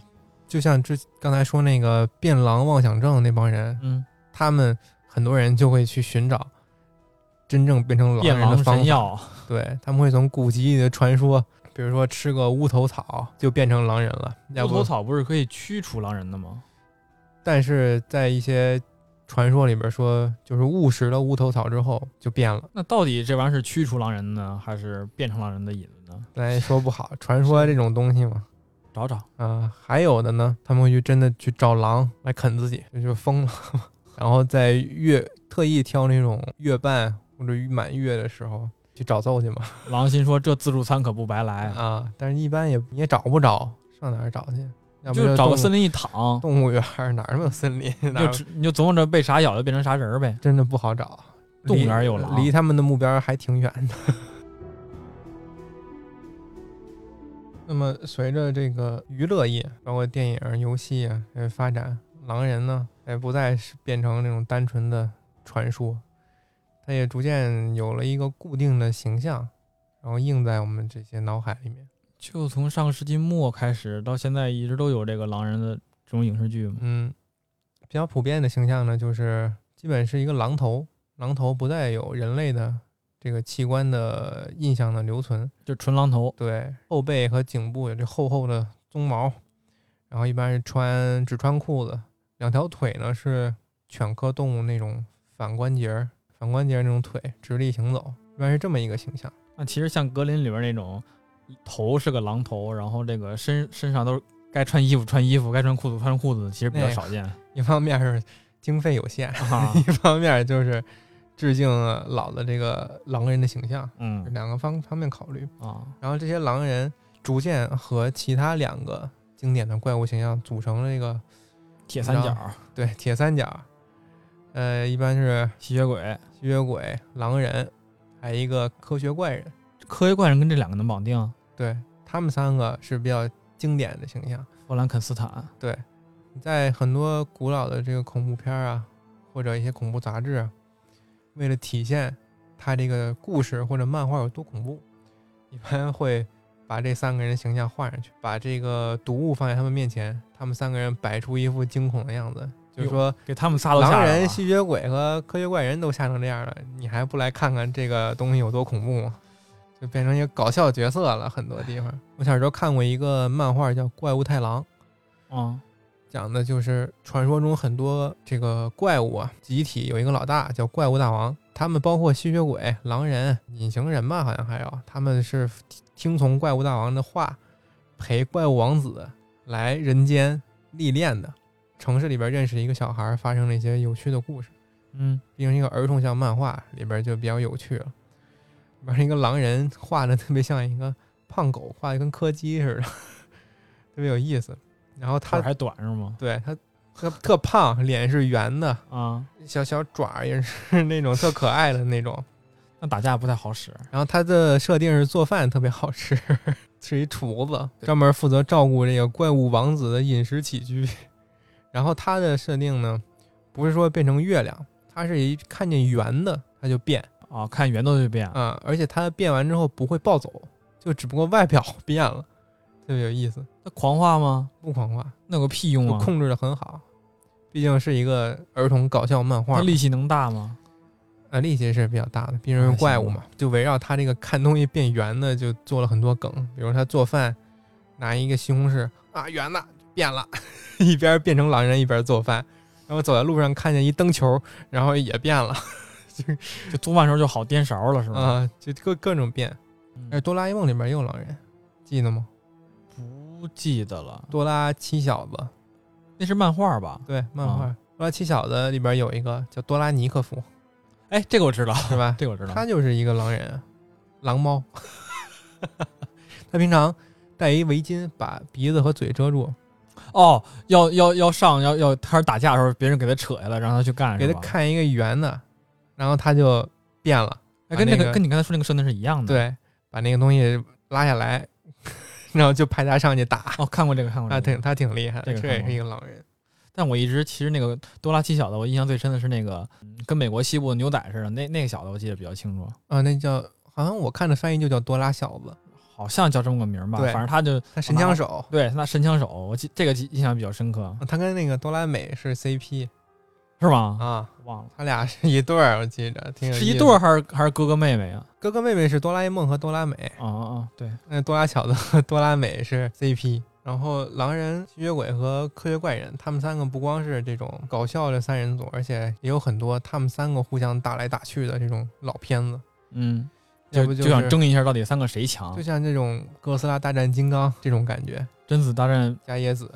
就像之刚才说那个变狼妄想症那帮人，嗯，他们很多人就会去寻找真正变成狼变人的狼方神法。药，对，他们会从古籍里的传说，比如说吃个乌头草就变成狼人了，要乌头不，草不是可以驱除狼人的吗？但是在一些传说里边说，就是误食了乌头草之后就变了，那到底这玩意儿是驱除狼人呢，还是变成狼人的引子呢？咱也说不好，传说这种东西嘛。找找，啊、还有的呢，他们会去真的去找狼来啃自己，这就疯了。 *laughs* 然后在月特意挑那种月半或者满月的时候去找揍去嘛。 *laughs* 狼心说这自助餐可不白来，啊，但是一般也你也找不着，上哪儿找去？要不就是找个森林林一躺，动物园儿，哪儿没有森林？你哪就儿只你就琢磨着被啥咬就变成啥人儿呗。真的不好找。动物离园儿有狼离他们的目标还挺远的。 *laughs* 那么，随着这个娱乐业，包括电影儿、游戏啊呃发展，狼人呢也不再是变成那种单纯的传说，它也逐渐有了一个固定的形象，然后印在我们这些脑海里面。就从上个世纪末开始到现在，一直都有这个狼人的这种影视剧嘛。嗯，比较普遍的形象呢，就是基本是一个狼头，狼头不再有人类的这个器官的印象的留存，就纯狼头，对，后背和颈部有这厚厚的鬃毛，然后一般是穿只穿裤子，两条腿呢是犬科动物那种反关节儿，反关节儿那种腿直立行走，一般是这么一个形象。那其实像格林里边那种，头是个狼头，然后这个身身上都是该穿衣服穿衣服，该穿裤子 *laughs* 穿裤子，其实比较少见。一方面是经费有限，啊一方面就是致敬老的这个狼人的形象，嗯两个方方面考虑。啊， *laughs* 然后这些狼人逐渐和其他两个经典的怪物形象组成了这个铁三角然、对铁三角，呃，一般是吸血鬼、吸血鬼、狼人，还有一个科学怪人。科学怪人跟这两个能绑定？对他们三个是比较经典的形象。弗兰肯斯坦，对，你在很多古老的这个恐怖片儿啊，或者一些恐怖杂志啊，为了体现它这个故事或者漫画有多恐怖，一般会把这三个人形象画上去，把这个毒物放在他们面前，他们三个人摆出一副惊恐的样子，就是说给他们仨都吓狼着人、了吸血鬼和科学怪人都吓成这样了，你还不来看看这个东西有多恐怖吗？就变成一个搞笑角色了，很多地方。我小时候看过一个漫画叫《怪物太郎》，嗯讲的就是传说中很多这个怪物啊，集体有一个老大叫怪物大王，他们包括吸血鬼、狼人、隐形人吧，好像还有，他们是听从怪物大王的话，陪怪物王子来人间历练的。城市里边认识一个小孩，发生了一些有趣的故事。嗯，毕竟是一个儿童向漫画，里边就比较有趣了。里边一个狼人画的特别像一个胖狗，画的跟柯基似的， *laughs* 特别有意思。然后腿他还短是吗？对他特特胖，脸是圆的，啊，小小爪儿也是 *laughs* 那种特可爱的那种。那打架不太好使。然后他的设定是做饭特别好吃， *laughs* 是一厨子，专门负责照顾这个怪物王子的饮食起居。 *laughs* 然后他的设定呢，不是说变成月亮，他是一看见圆的他就变，啊，看圆头就变，嗯，而且他变完之后不会暴走，就只不过外表 *laughs* 变了，特别有意思，那狂化吗？不狂化，那有个屁用就啊！控制的很好。毕竟是一个儿童搞笑漫画它嘛，力气能大吗？呃，力气是比较大的，毕竟是怪物嘛，就围绕他这个看东西变圆的，就做了很多梗，比如他做饭，拿一个西红柿啊圆了变了， *laughs* 一边变成狼人一边做饭，然后走在路上看见一灯球，然后也变了，就做饭时候就好颠勺了是吗？啊，就各各种变。嗯而哆啦 A 梦里面也有狼人，记得吗？不记得了，哆啦七小子，那是漫画吧？对，漫画《哆啦七小子》里边有一个叫多拉尼克夫，哎，这个我知道，是吧？这个我知道。他就是一个狼人，狼猫。 *laughs* 他平常戴一围巾，把鼻子和嘴遮住，哦，要要要上，要要他打架的时候，别人给他扯下来，让他去干，给是他吧看一个圆的，然后他就变了。哎跟把那那个个跟你刚才说那个设定是一样的。对，把那个东西拉下来， *laughs* 然后就派他上去打。哦，看过这个，看过他这个。挺他挺厉害的，这个这看也过是一个狼人。但我一直其实那个多拉七小子，我印象最深的是那个嗯跟美国西部牛仔似的，那那个小子我记得比较清楚，啊，那叫好像我看的翻译就叫多拉小子，好像叫这么个名儿吧。对反正他就他神枪手，对他那神枪手，我记这个记印象比较深刻，他跟那个哆啦美是 CP 是吗？啊，忘了他俩是一对儿，我记着挺有哦是意一思对儿还是还是哥哥妹妹啊？哥哥妹妹是哆啦 A 梦和哆啦美，啊啊啊！对，那多拉小子和 *laughs* 多拉美是 CP，然后狼人、吸血鬼和科学怪人，他们三个不光是这种搞笑的三人组，而且也有很多他们三个互相打来打去的这种老片子，嗯，要就不就是想争一下到底三个谁强就。像这种哥斯拉大战金刚这种感觉，贞子大战加椰 *laughs* 子，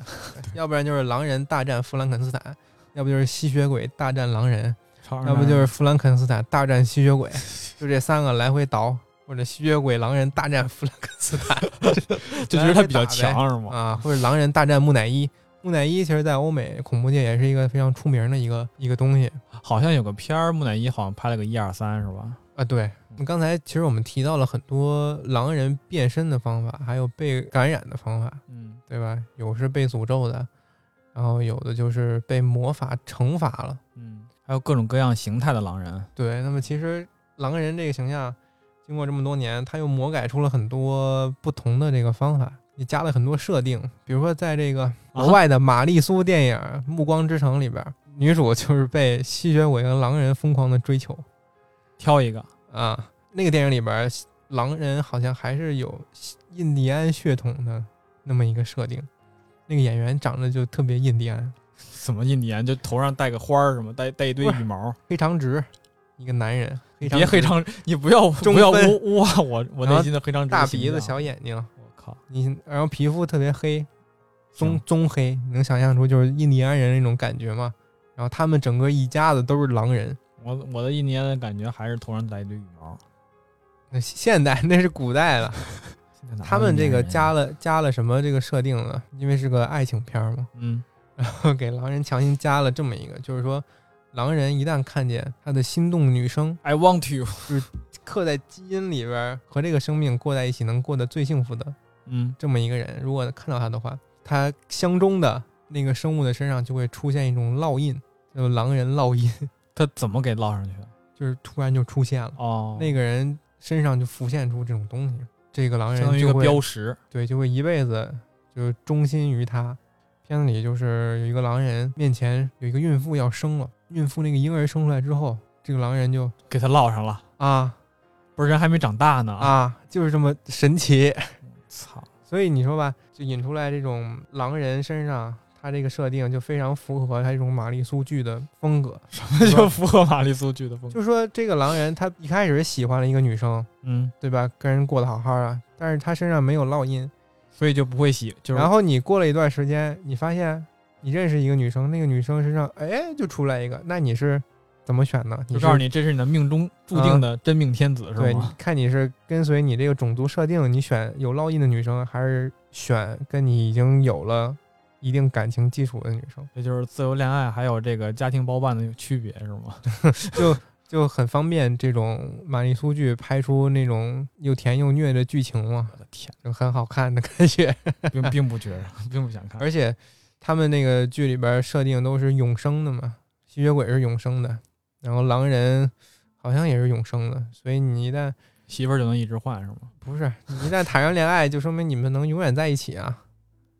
要不然就是狼人大战弗兰肯斯坦，要不就是吸血鬼大战狼人，超二要不男就是弗兰肯斯坦大战吸血 *laughs* 鬼，就这三个来回倒，或者吸血鬼狼人大战弗兰肯斯坦。就觉得他比来较回打呗强是吗？啊，或者狼人大战木乃伊。木乃伊其实，在欧美恐怖界也是一个非常出名的一个一个东西好像有个片儿，木乃伊好像拍了个一二三是吧？啊。对，那刚才其实我们提到了很多狼人变身的方法，还有被感染的方法，嗯，对吧？有是被诅咒的，然后有的就是被魔法惩罚了。嗯，还有各种各样形态的狼人，对，那么其实狼人这个形象，经过这么多年，他又魔改出了很多不同的这个方法，也加了很多设定，比如说在这个啊国外的玛丽苏电影《暮光之城》里边，女主就是被吸血鬼跟狼人疯狂的追求挑一个啊。那个电影里边，狼人好像还是有印第安血统的那么一个设定，那个演员长得就特别印第安，怎么印第安就头上戴个花儿什么，戴戴一堆不是羽毛，黑长直，一个男人，黑长别黑直长，你不要中不要分污污化我我然后内心的黑长直大的形鼻子象，小眼睛。我靠，你然后皮肤特别黑，棕行棕黑，你能想象出就是印第安人那种感觉吗？然后他们整个一家子都是狼人，我我的一年的感觉还是头上带一堆羽毛。那现代那是古代 *laughs* 了，现在哪有他们这个印第加安人了加了什么这个设定呢？因为是个爱情片儿嘛， *laughs* 嗯然后给狼人强行加了这么一个，就是说，狼人一旦看见他的心动女生，I want you，刻在基因里边儿，和这个生命过在一起能过得最幸福的嗯这么一个人，如果看到他的话，他相中的那个生物的身上就会出现一种烙印，就是狼人烙印，他怎么给烙上去？就是突然就出现了，哦，那个人身上就浮现出这种东西，这个狼相当人于一个就会标识。对，就会一辈子就忠心于他。片子里就是有一个狼人面前有一个孕妇要生了，孕妇那个婴儿生出来之后，这个狼人就给他烙上了，啊不是人还没长大呢！啊，就是这么神奇。操， *laughs* 所以你说吧，就引出来这种狼人身上他这个设定就非常符合他这种玛丽苏剧的风格。那就符合玛丽苏剧的风格。就说这个狼人他一开始喜欢了一个女生，嗯，对吧？跟人过得好好啊，但是他身上没有烙印，所以就不会洗，就是然后你过了一段时间，你发现你认识一个女生，那个女生身上哎就出来一个，那你是怎么选呢？你嗯就是告诉你这是你的命中注定的真命天子，对，是你吗？看你是跟随你这个种族设定，你选有烙印的女生，还是选跟你已经有了一定感情基础的女生， *laughs* 这 *laughs* 就是自由恋爱还有这个家庭包办的区别，是 *laughs* 吗？就就很方便这种玛丽苏剧拍出那种又甜又虐的剧情嘛，我的天，就很好看的感觉。并并不觉得，并不想看。而且他们那个剧里边设定都是永生的嘛，吸血鬼是永生的，然后狼人好像也是永生的，所以你一旦媳妇儿就能一直换，是吗？不是你一旦谈上恋爱，就说明你们能永远在一起啊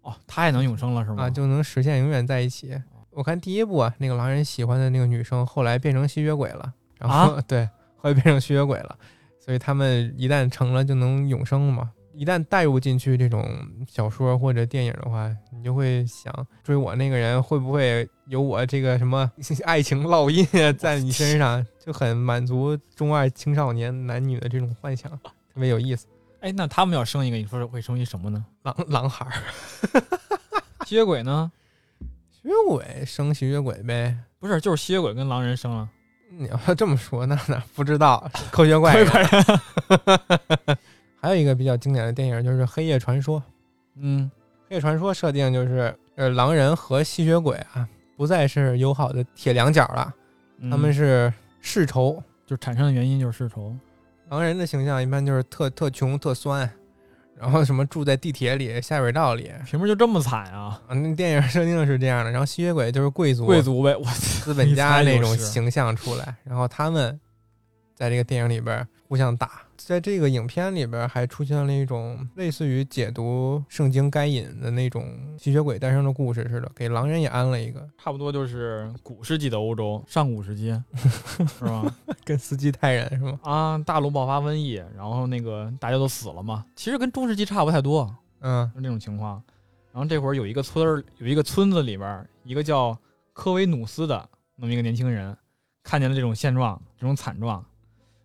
哦，他也能永生了，是吗？啊，就能实现永远在一起。我看第一部啊，那个狼人喜欢的那个女生后来变成吸血鬼了，然后、 *laughs* 对，后来变成吸血鬼了，所以他们一旦成了就能永生嘛。一旦带入进去这种小说或者电影的话，你就会想追我那个人会不会有我这个什么 *laughs* 爱情烙印啊在你身上，就很满足中二青少年男女的这种幻想，特别有意思。哎，那他们要生一个，你说会生一什 *laughs* 么呢？狼狼孩儿，吸血鬼呢？吸血鬼生吸血鬼呗，不是，就是吸血鬼跟狼人生啊了。你要这么说，那哪不知道？ *laughs* 科学怪人。还有一个比较经典的电影就是《黑夜传说》。《 *laughs* 嗯，黑夜传说》设定就是，呃，狼人和吸血鬼啊，不再是友好的铁两角了，嗯他们是世仇。就产生的原因就是世仇。狼人的形象一般就是特特穷、特酸，然后什么住在地铁里、下水道里。凭什么就这么惨啊？啊，那电影设定是这样的，然后吸血鬼就是贵族、贵族呗，我资本家那种你猜就是形象出来，然后他们在这个电影里边儿互相打，在这个影片里边儿还出现了一种类似于解读圣经该隐的那种吸血鬼诞生的故事似的，给狼人也安了一 *laughs* 个，差不多就是古世纪的欧洲，上古时期 *laughs* 是吧？跟斯基泰人是吗？啊，大陆爆发瘟疫，然后那个大家都死了嘛，其实跟中世纪差不太多，嗯就这种情况。然后这会儿有一个村儿，有一个村子里边儿，一个叫科维努斯的那么一个年轻人，看见了这种现状，这种惨状。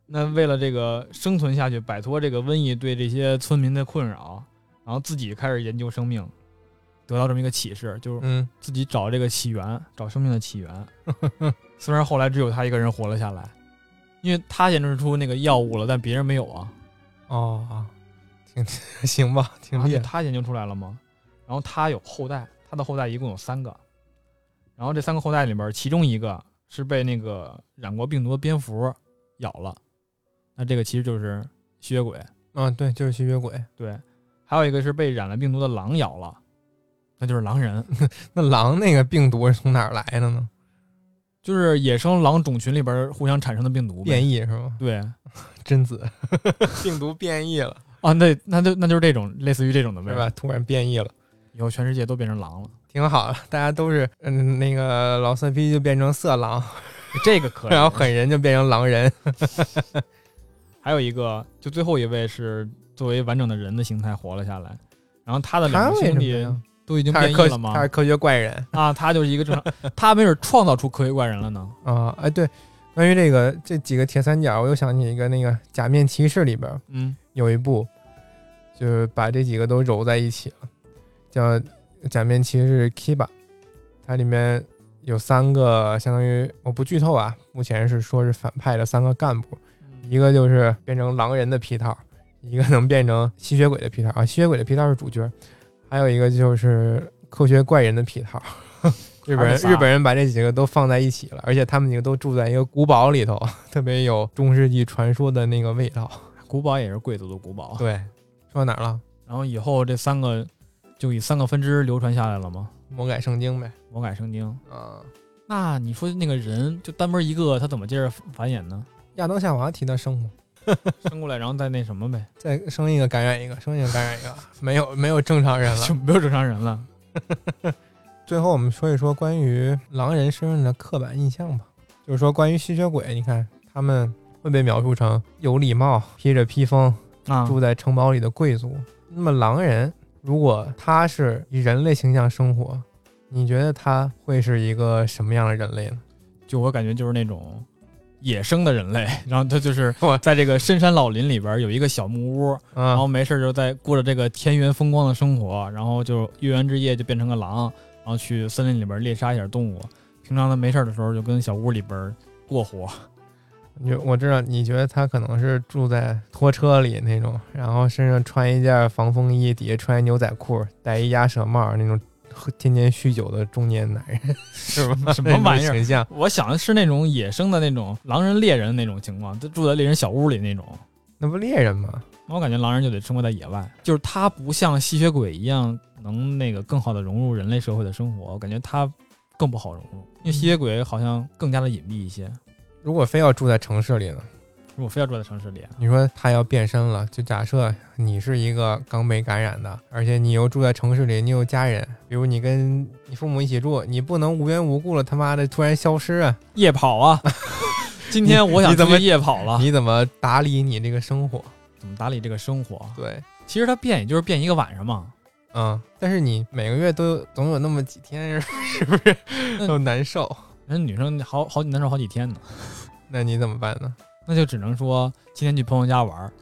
那为了这个生存下去，摆脱这个瘟疫对这些村民的困扰，然后自己开始研究生命，得到这么一个启示，就是嗯，自己找这个起源，找生命的起源。 *laughs* 虽然后来只有他一个人活了下来，因为他研制出那个药物了，但别人没有啊。哦啊，挺行吧，挺而厉且害，啊他研究出来了吗？然后他有后代，他的后代一共有三个。然后这三个后代里边，其中一个是被那个染过病毒的蝙蝠咬了，那这个其实就是吸血鬼。嗯、对，就是吸血鬼。对，还有一个是被染了病毒的狼咬了，那就是狼人。那狼那个病毒是从哪儿来的呢？就是野生狼种群里边互相产生的病毒呗。变异是吗？对，贞子， *laughs* 病毒变异了啊，那那就那就是这种类似于这种的呗，是吧？？突然变异了。以后全世界都变成狼了，挺好的，大家都是嗯，那个老色批就变成色狼， *laughs* 这个可以。然后狠人就变成狼人。还有一个，就最后一位是作为完整的人的形态活了下来，然后他的他两个为什兄么弟呀？都已经他变是异科了吗他？是科学怪人啊，他就是一个正常，他没准创造出科学怪人了呢。啊！哎，对，关于这个这几个铁三角，我又想起一个那个《假面骑士》里边 *laughs* 嗯，有一部，就是把这几个都揉在一起了，叫《假面骑士 Kiba》，它里面有三个相当于我不剧透啊，目前是说是反派的三个干部，嗯一个就是变成狼人的皮套，一个能变成吸血鬼的皮套啊，吸血鬼的皮套是主角，还有一个就是科学怪人的皮套。日本人还是仨日本人把这几个都放在一起了，而且他们几个都住在一个古堡里头， *laughs* 特别有中世纪传说的那个味道。古堡也是贵族的古堡。对，说到哪儿了？然后以后这三个就以三个分支流传下来了吗？魔改圣经呗。魔改圣经。啊，那你说那个人就单门一个，他怎么接着繁衍呢？亚当夏娃提到生吗？生过来，然后再那什么呗，再生一个感染一个，生一个感染一个， *laughs* 没有没有正常 *laughs* 人了 *laughs* 就。没有正常人了。最后我们说一说关于狼人身份的刻板印象吧，就是说关于吸血鬼，你看他们会被描述成有礼貌、披着披风、啊，住在城堡里的贵族。那么狼人如果他是以人类形象生活，你觉得他会是一个什么样的人类呢？就我感觉就是那种野生的人类， *laughs* 然后他就是我在这个深山老林里边有一个小木屋，然啊后，没事就在过着这个田园风光的生活，然后就月圆之夜就变成个狼，然后去森林里边猎杀一点动物，平常他没事的时候就跟小屋里边过活，你就我知道，你觉得他可能是住在拖车里那种，然后身上穿一件防风衣，底下穿一牛仔裤，戴一鸭舌帽那种喝，天天酗酒的中年男人， *laughs* 是吧？什么玩意那儿种形象？我想的是那种野生的那种狼人猎人那种情况，就住在猎人小屋里那种。那不猎人吗？那我感觉狼人就得生活在野外，就是他不像吸血鬼一样能那个更好的融入人类社会的生活，我感觉他更不好融入，因为吸血鬼好像更加的隐蔽一些。如果非要住在城市里呢？如果非要住在城市里，啊你说他要变身了，就假设你是一个刚被感染的，而且你又住在城市里，你有家人，比如你跟你父母一起住，你不能无缘无故了他妈的突然消失啊！夜跑啊！ *laughs* 今天我想你怎么出去夜跑了，你怎么打理你这个生活？怎么打理这个生活？对，其实他变也就是变一个晚上嘛，嗯，但是你每个月都有总有那么几天是 *laughs* 是不是那都难受？那女生好好难受好几天呢，那你怎么办呢？那就只能说今天去朋友家玩儿。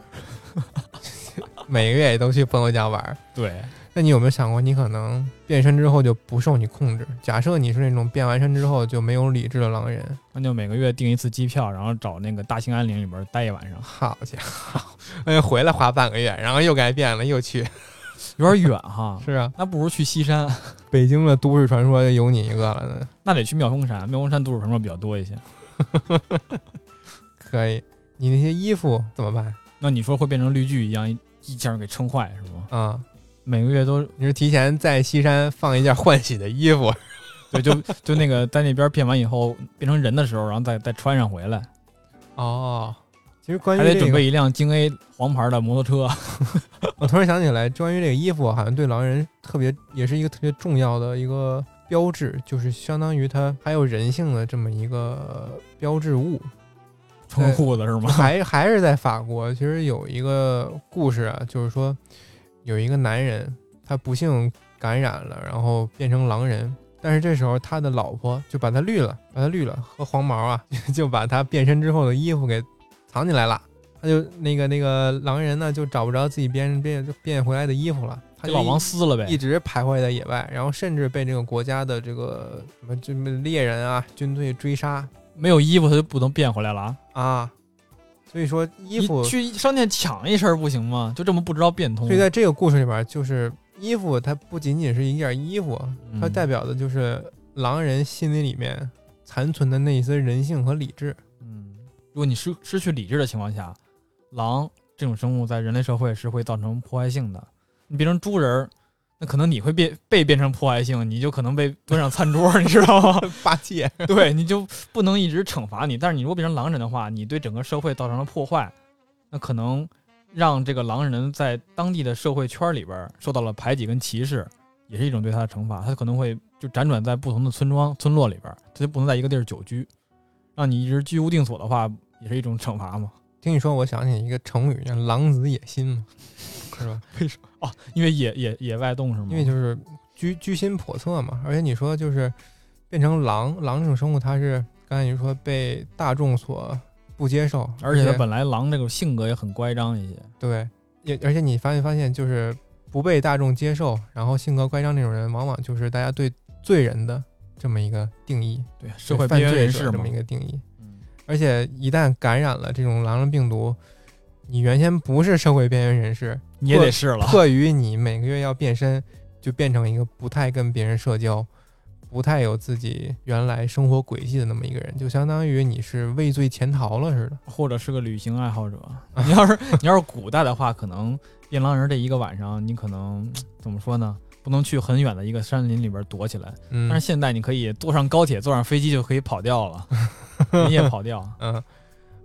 每个月也都去朋友家玩儿，对，那你有没有想过，你可能变身之后就不受你控制？假设你是那种变完身之后就没有理智的狼人，那就每个月订一次机票，然后找那个大兴安岭里边待一晚上，好家伙， *laughs* 哎，回来花半个月，然后又该变了，又去。，有点远哈是啊，那不如去西山。北京的都市传说就有你一个了呢。那得去妙峰山，妙峰山都市传说比较多一些。可以，你那些衣服怎么办那你说会变成绿巨一样，一一下给撑坏是吗？啊、每个月都你是提前在西山放一件换洗的衣服，对，就就那个在那边变完以后变成人的时候，然后再再穿上回来，哦，其实关于还得这准个备一辆京 A 黄牌的摩托车。我突然想起来，关于这个衣服，好像对狼人特别也是一个特别重要的一个标志，就是相当于它还有人性的这么一个标志物。穿个裤子 *laughs* 是吗？还还是在法国，其实有一个故事啊，就是说有一个男人，他不幸感染了，然后变成狼人，但是这时候他的老婆就把他绿了，把他绿了，和黄毛啊， *laughs* 就把他变身之后的衣服给藏起来了。他就那个那个狼人呢，就找不着自己变变变回来的衣服了，他就就把一王撕了呗一。直徘徊在野外，然后甚至被这个国家的这个什么这么猎人啊、军队追杀没有衣服他就不能变回来了啊。啊。所以说，衣服你去商店抢一身不行吗？就这么不知道变通所以。在这个故事里边，就是衣服它不仅仅是一件衣服，嗯它代表的就是狼人心里里面残存的那一丝人性和理智。 *laughs* 嗯，如果你失失去理智的情况下，狼这种生物在人类社会是会造成破坏性的。你变成猪人儿，那可能你会变被变成破坏性，你就可能被端上餐桌，你知道吗？八戒， *laughs* 对，你就不能一直惩罚你。但是你如果变成狼人的话，你对整个社会造成了破坏，那可能让这个狼人在当地的社会圈里边儿受到了排挤跟歧视，也是一种对他的惩罚。他可能会就辗转在不同的村庄、村落里边儿，他就不能在一个地儿久居。让你一直居无定所的话，也是一种惩罚嘛？听你说，我想起一个成语叫“狼子野心”嘛，是吧？为什么？哦，因为野野野外动是吗？因为就是居居心叵测嘛。而且你说就是变成狼，狼这种生物，它是刚才你说被大众所不接受，而且他本来狼这个性格也很乖张一些，对，也而且你发没发现，就是不被大众接受，然后性格乖张那种人，往往就是大家对罪人的这么一个定义，对社对会犯边缘罪人者士这嘛么一，个定义。嗯，而且一旦感染了这种狼人病毒，你原先不是社会边缘人 *laughs* 士，你也得试了，迫于你每个月要变身，就变成一个不太跟别人社交、不太有自己原来生活轨迹的那么一个人，就相当于你是畏罪潜逃了似的。或者是个旅行爱好者。 *laughs* 你要是你要是古代的话，可能变狼人这一个晚上，你可能怎么说呢？不能去很远的一个山林里边躲起来。嗯，但是现在你可以坐上高铁，坐上飞机就可以跑掉 *laughs* 了，你也跑掉。嗯，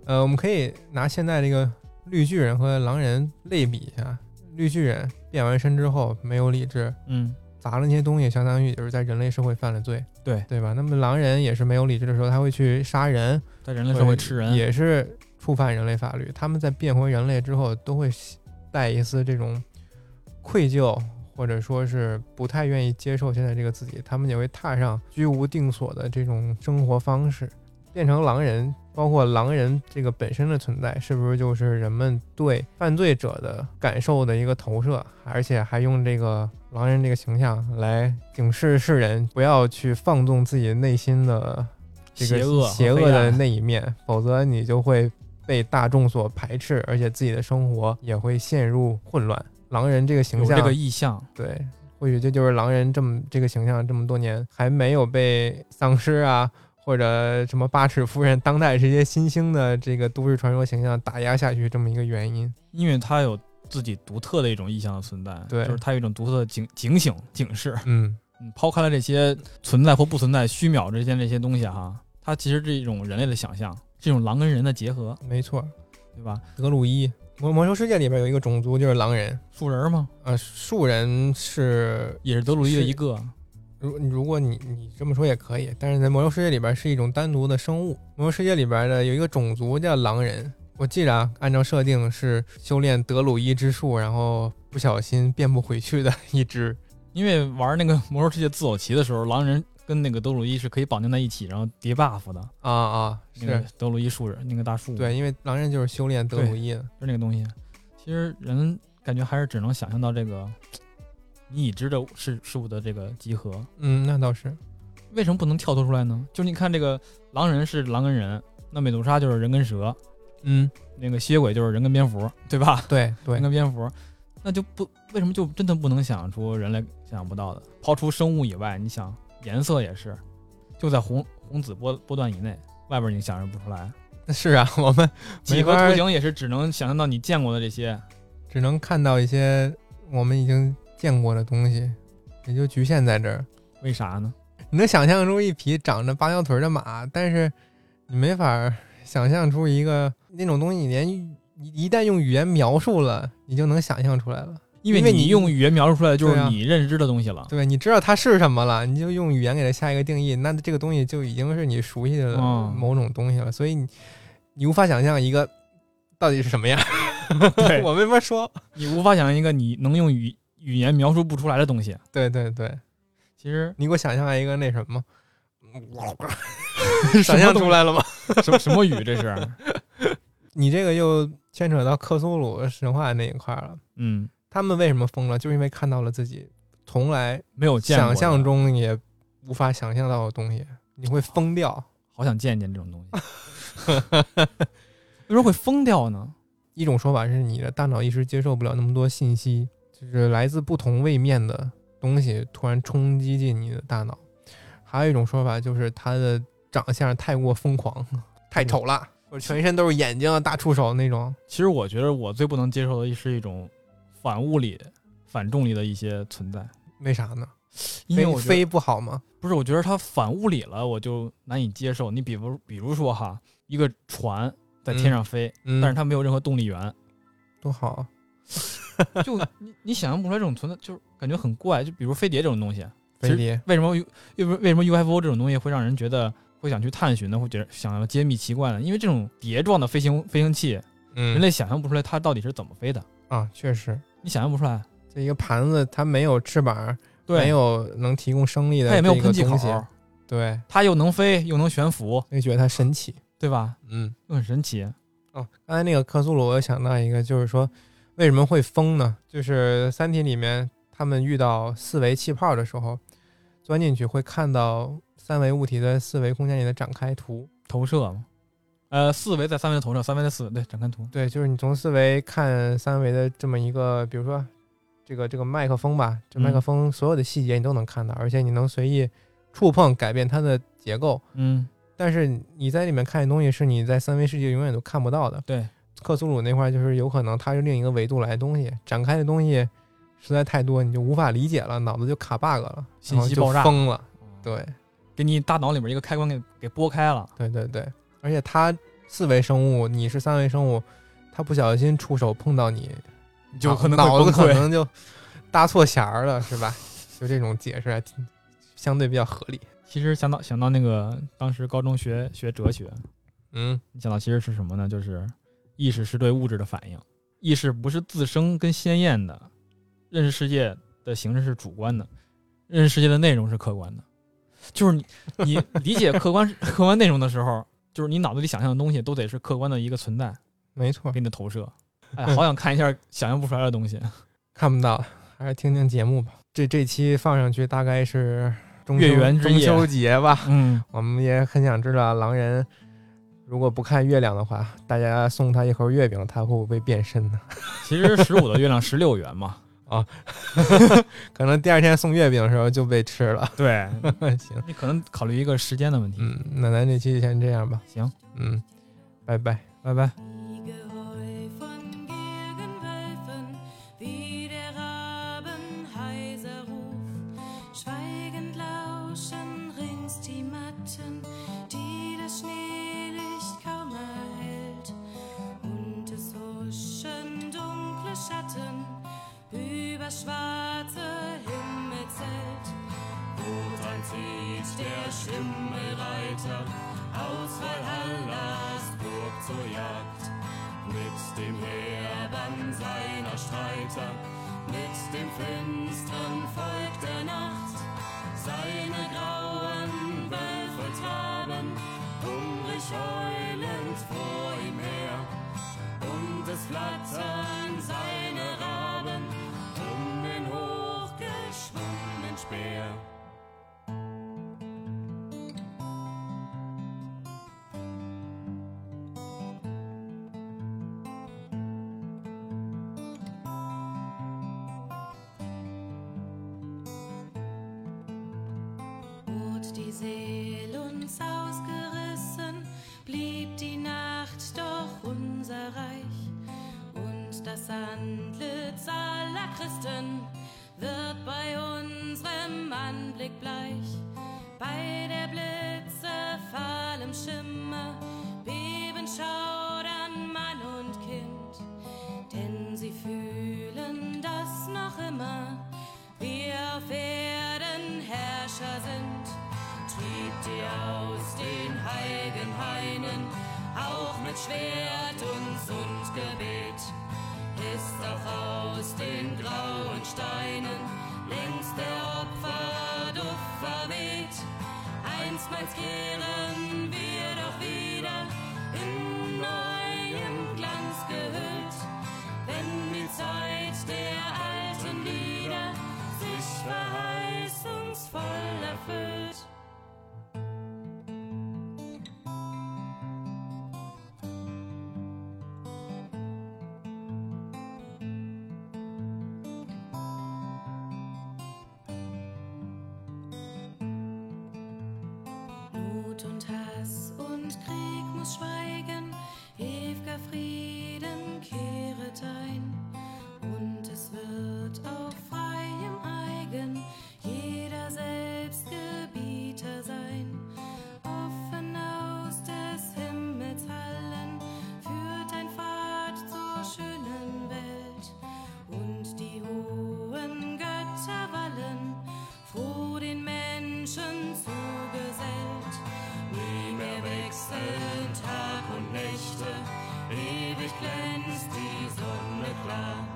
呃，我们可以拿现在这个绿巨人和狼人类比一下。绿巨人变完身之后没有理智，嗯，砸了那些东西，相当于也是在人类社会犯了罪，对对吧？那么狼人也是没有理智的时候，他会去杀人，在人类社会吃人，也是触犯人类法律。他们在变回人类之后，都会带一丝这种愧疚，或者说是不太愿意接受现在这个自己。他们也会踏上居无定所的这种生活方式，变成狼人。包括狼人这个本身的存在，是不是就是人们对犯罪者的感受的一个投射？而且还用这个狼人这个形象来警示世人，不要去放纵自己内心的这个邪恶和邪恶黑的暗那一面，否则你就会被大众所排斥，而且自己的生活也会陷入混乱。狼人这个形有象，这个意向。对，或许这就是狼人这么这个形象这么多年还没有被丧尸啊，或者什么八尺夫人，当代这些新兴的这个都市传说形象打压下去这么一个原因。因为它有自己独特的一种意象的存在，对就是它有一种独特的警警醒警示。嗯，嗯，抛开了这些存在或不存在、虚渺之间这些东西哈，它其实是一种人类的想象，这种狼跟人的结合，没错，对吧？德鲁伊魔魔兽世界里边有一个种族就是狼人，树人嘛，呃，树人是也是德鲁伊的一个，如如果你你这么说也可以，但是在魔兽世界里边是一种单独的生物。魔兽世界里边的有一个种族叫狼人，我记着啊，按照设定是修炼德鲁伊之术，然后不小心变不回去的 *laughs* 一只。因为玩那个魔兽世界自走棋的时候，狼人跟那个德鲁伊是可以绑定在一起，然后叠 buff 的。啊啊，那个是德鲁伊树人，那个大树，对，，因为狼人就是修炼德鲁伊的。就那个东西。其实人感觉还是只能想象到这个你已知的事事物的这个集合。嗯，那倒是。为什么不能跳脱出来呢？就是你看这个狼人是狼跟人，那美杜莎就是人跟蛇，嗯，那个吸血鬼就是人跟蝙蝠，对吧？对人对，跟蝙蝠，那就不为什么就真的不能想出人类想不到的？抛除生物以外，你想颜色也是，就在红红紫波波段以内，外边你想象不出来。是啊，我们几何没法图形也是只能想象到你见过的这些，只能看到一些我们已经见过的东西，也就局限在这儿。为啥呢？你能想象出一匹长着八条腿的马，但是你没法儿想象出一个那种东西，你连一一旦用语言描述了，你就能想象出来了，因为因为你你用语言描述出来的就对是啊你认知的东西了。对吧？你知道它是什么了，你就用语言给它下一个定义，那这个东西就已经是你熟悉的嗯某种东西了，所以你你无法想象一个到底是什么样，*laughs* 对我没法说。你无法想象一个你能用语语言描述不出来的东西。对对对，其实你给我想象一个那什么， *laughs* 想象出来了吗？ *laughs* 什么什么语这是？你这个又牵扯到克苏鲁神话那一块儿了。嗯，他们为什么疯了？就是因为看到了自己从来没有见过的，想象中也无法想象到的东西，你会疯掉。好想见见这种东西。为什么会疯掉 *laughs* 呢？一种说法是你的大脑一时接受不了那么多信息，就是来自不同位面的东西突然冲击进你的大脑。还有一种说法就是他的长相太过疯狂， *laughs* 太丑了，或者全身都是眼睛啊、大触手那种。其实我觉得我最不能接受的是一种反物理、反重力的一些存在，为啥呢？因为飞我觉得飞不好吗？不是，我觉得它反物理了，我就难以接受。你比如，比如说哈，一个船在天上飞，嗯，但是它没有任何动力源，多好啊，就你你想象不出来这种存在，就是感觉很怪。就比如飞碟这种东西，飞其实碟。为什么 U 为为什么 UFO 这种东西会让人觉得会想去探寻呢？会觉得想要揭秘奇怪呢？因为这种碟状的飞行飞行器，人嗯类想象不出来它到底是怎么飞的，啊，确实，你想象不出来。这一个盘子它没有翅膀，没对，有能提供生力的，它也没有喷气口，，对，它又能飞又能悬浮，所以觉得它神奇。对吧？嗯，就很神奇。哦，刚才那个克苏鲁，我又想到一个，就是说为什么会疯呢？就是《三体》里面他们遇到四维气泡的时候，钻进去会看到。三维物体在四维空间里的展开图。投射嘛，呃，四维在三维的投射，三维在四维对展开图，对，就是你从四维看三维的这么一个，比如说这个这个麦克风吧，这麦克嗯风所有的细节你都能看到，而且你能随意触碰改变它的结构。嗯，但是你在里面看见东西是你在三维世界永远都看不到的。对，克苏鲁那块儿就是有可能它是另一个维度来的东西，展开的东西实在太多，你就无法理解了，脑子就卡 bug 了，信然后息就爆炸疯了。，对嗯给你大脑里面一个开关给给拨开了，对对对，而且它四维生物，你是三维生物，它不小心触手碰到你，你就可能脑会脑子崩可溃。能就搭错弦儿了，是吧？就这种解释还挺相对比较合理。其实想到想到那个当时高中学学哲学，嗯，你想到其实是什么呢？就是意识是对物质的反应，意识不是自生跟鲜艳的，认识世界的形式是主观的，认识世界的内容是客观的。就是你 *laughs* 你理解客观客观内容的时候，就是你脑子里想象的东西都得是客观的一个存在没错给，你的投射。哎，好想看一下想象不出来的东西。看不到，还是听听节目吧。这这期放上去大概是中秋月圆之夜中秋节 *laughs* 吧。嗯，我们也很想知道狼人如果不看月亮的话，大家送他一盒月饼，他会不会变身呢？其实十五的月亮十六圆嘛。 *laughs* 可能第二天送月饼的时候就被吃了。对，行，你可能考虑一个时间的问题。嗯，那咱这期就先这样吧。行，嗯，拜拜。拜拜。 Geholfen, gegenhelfen, wie der Raben heiser Ruf. Schweigend lauschen rings die Matten, die das Schneelicht kaum erhält. Und es huschen dunkle Schatten über schwarze Himmelszelt. Wotan zieht der Schimmelreiter aus Valhallas Burg zur Jagd mit dem Heerbann seiner Streiter, mit dem finstern Volk der Nacht. Seine grauen Wölfe traben, hungrig heulend vor ihm her, und es flattern seine Raben um den hochgeschwungenen Speer. Wurd die Seele uns ausgerissen, blieb die Nacht doch unser Reich. Und das Antlitz aller Christen wird bei unserem Anblick bleich. Bei der Blitze fahlem Schimmer beben, schaudern Mann und Kind denn sie fühlen, dass noch immer wir auf Erden Herrscher sind. Triebt ihr aus den heiligen Hainen, auch mit Schwert und und Gebet, ist auch aus den grauen Steinen längst der Opferduft verweht. Einstmals kehren wir doch wieder in neuem Glanz gehüllt wenn die Zeit der alten Lieder sich verheißungsvoll erfüllt. Not und Hass und Krieg muss schweigen, ewiger Frieden kehret ein. Und es wird auf freiem Eigen jeder selbst Gebieter sein. Offen aus des Himmels Hallen führt ein Pfad zur schönen Welt. Und die hohen Götter wallen froh den Menschen zugesellt. Nie mehr wechseln Tag und Nächte, ewig glänzt die Sonne klar.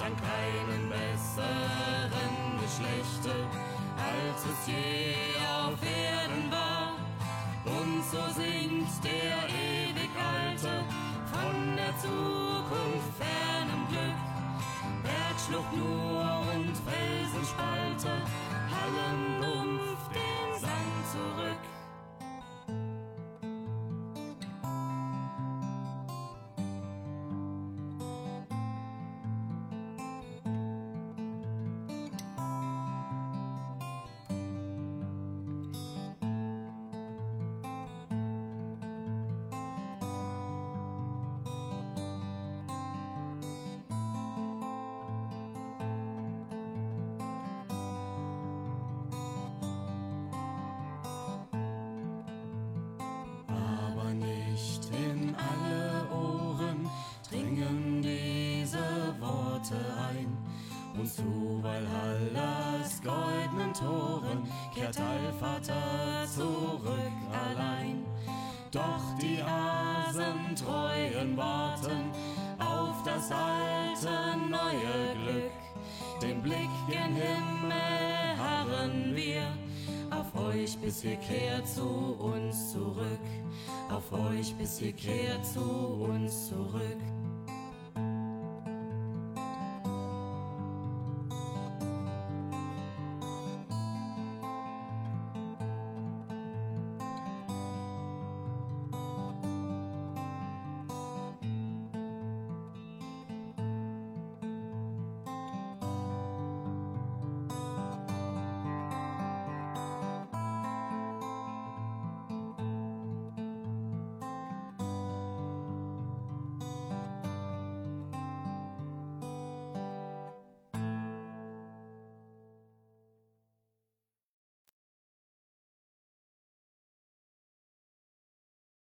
Dank keinen besseren Geschlechte, als es je auf Erden war. Und so singt der ewig Alte von der Zukunft fernem Glück. Bergschlucht nur und Felsenspalte, Hallendumf den Sand zurück. der Teilvater zurück allein. Doch die Asen treuen warten auf das alte neue Glück. Den Blick gen Himmel harren wir auf euch, bis ihr kehrt zu uns zurück. Auf euch, bis ihr kehrt zu uns zurück.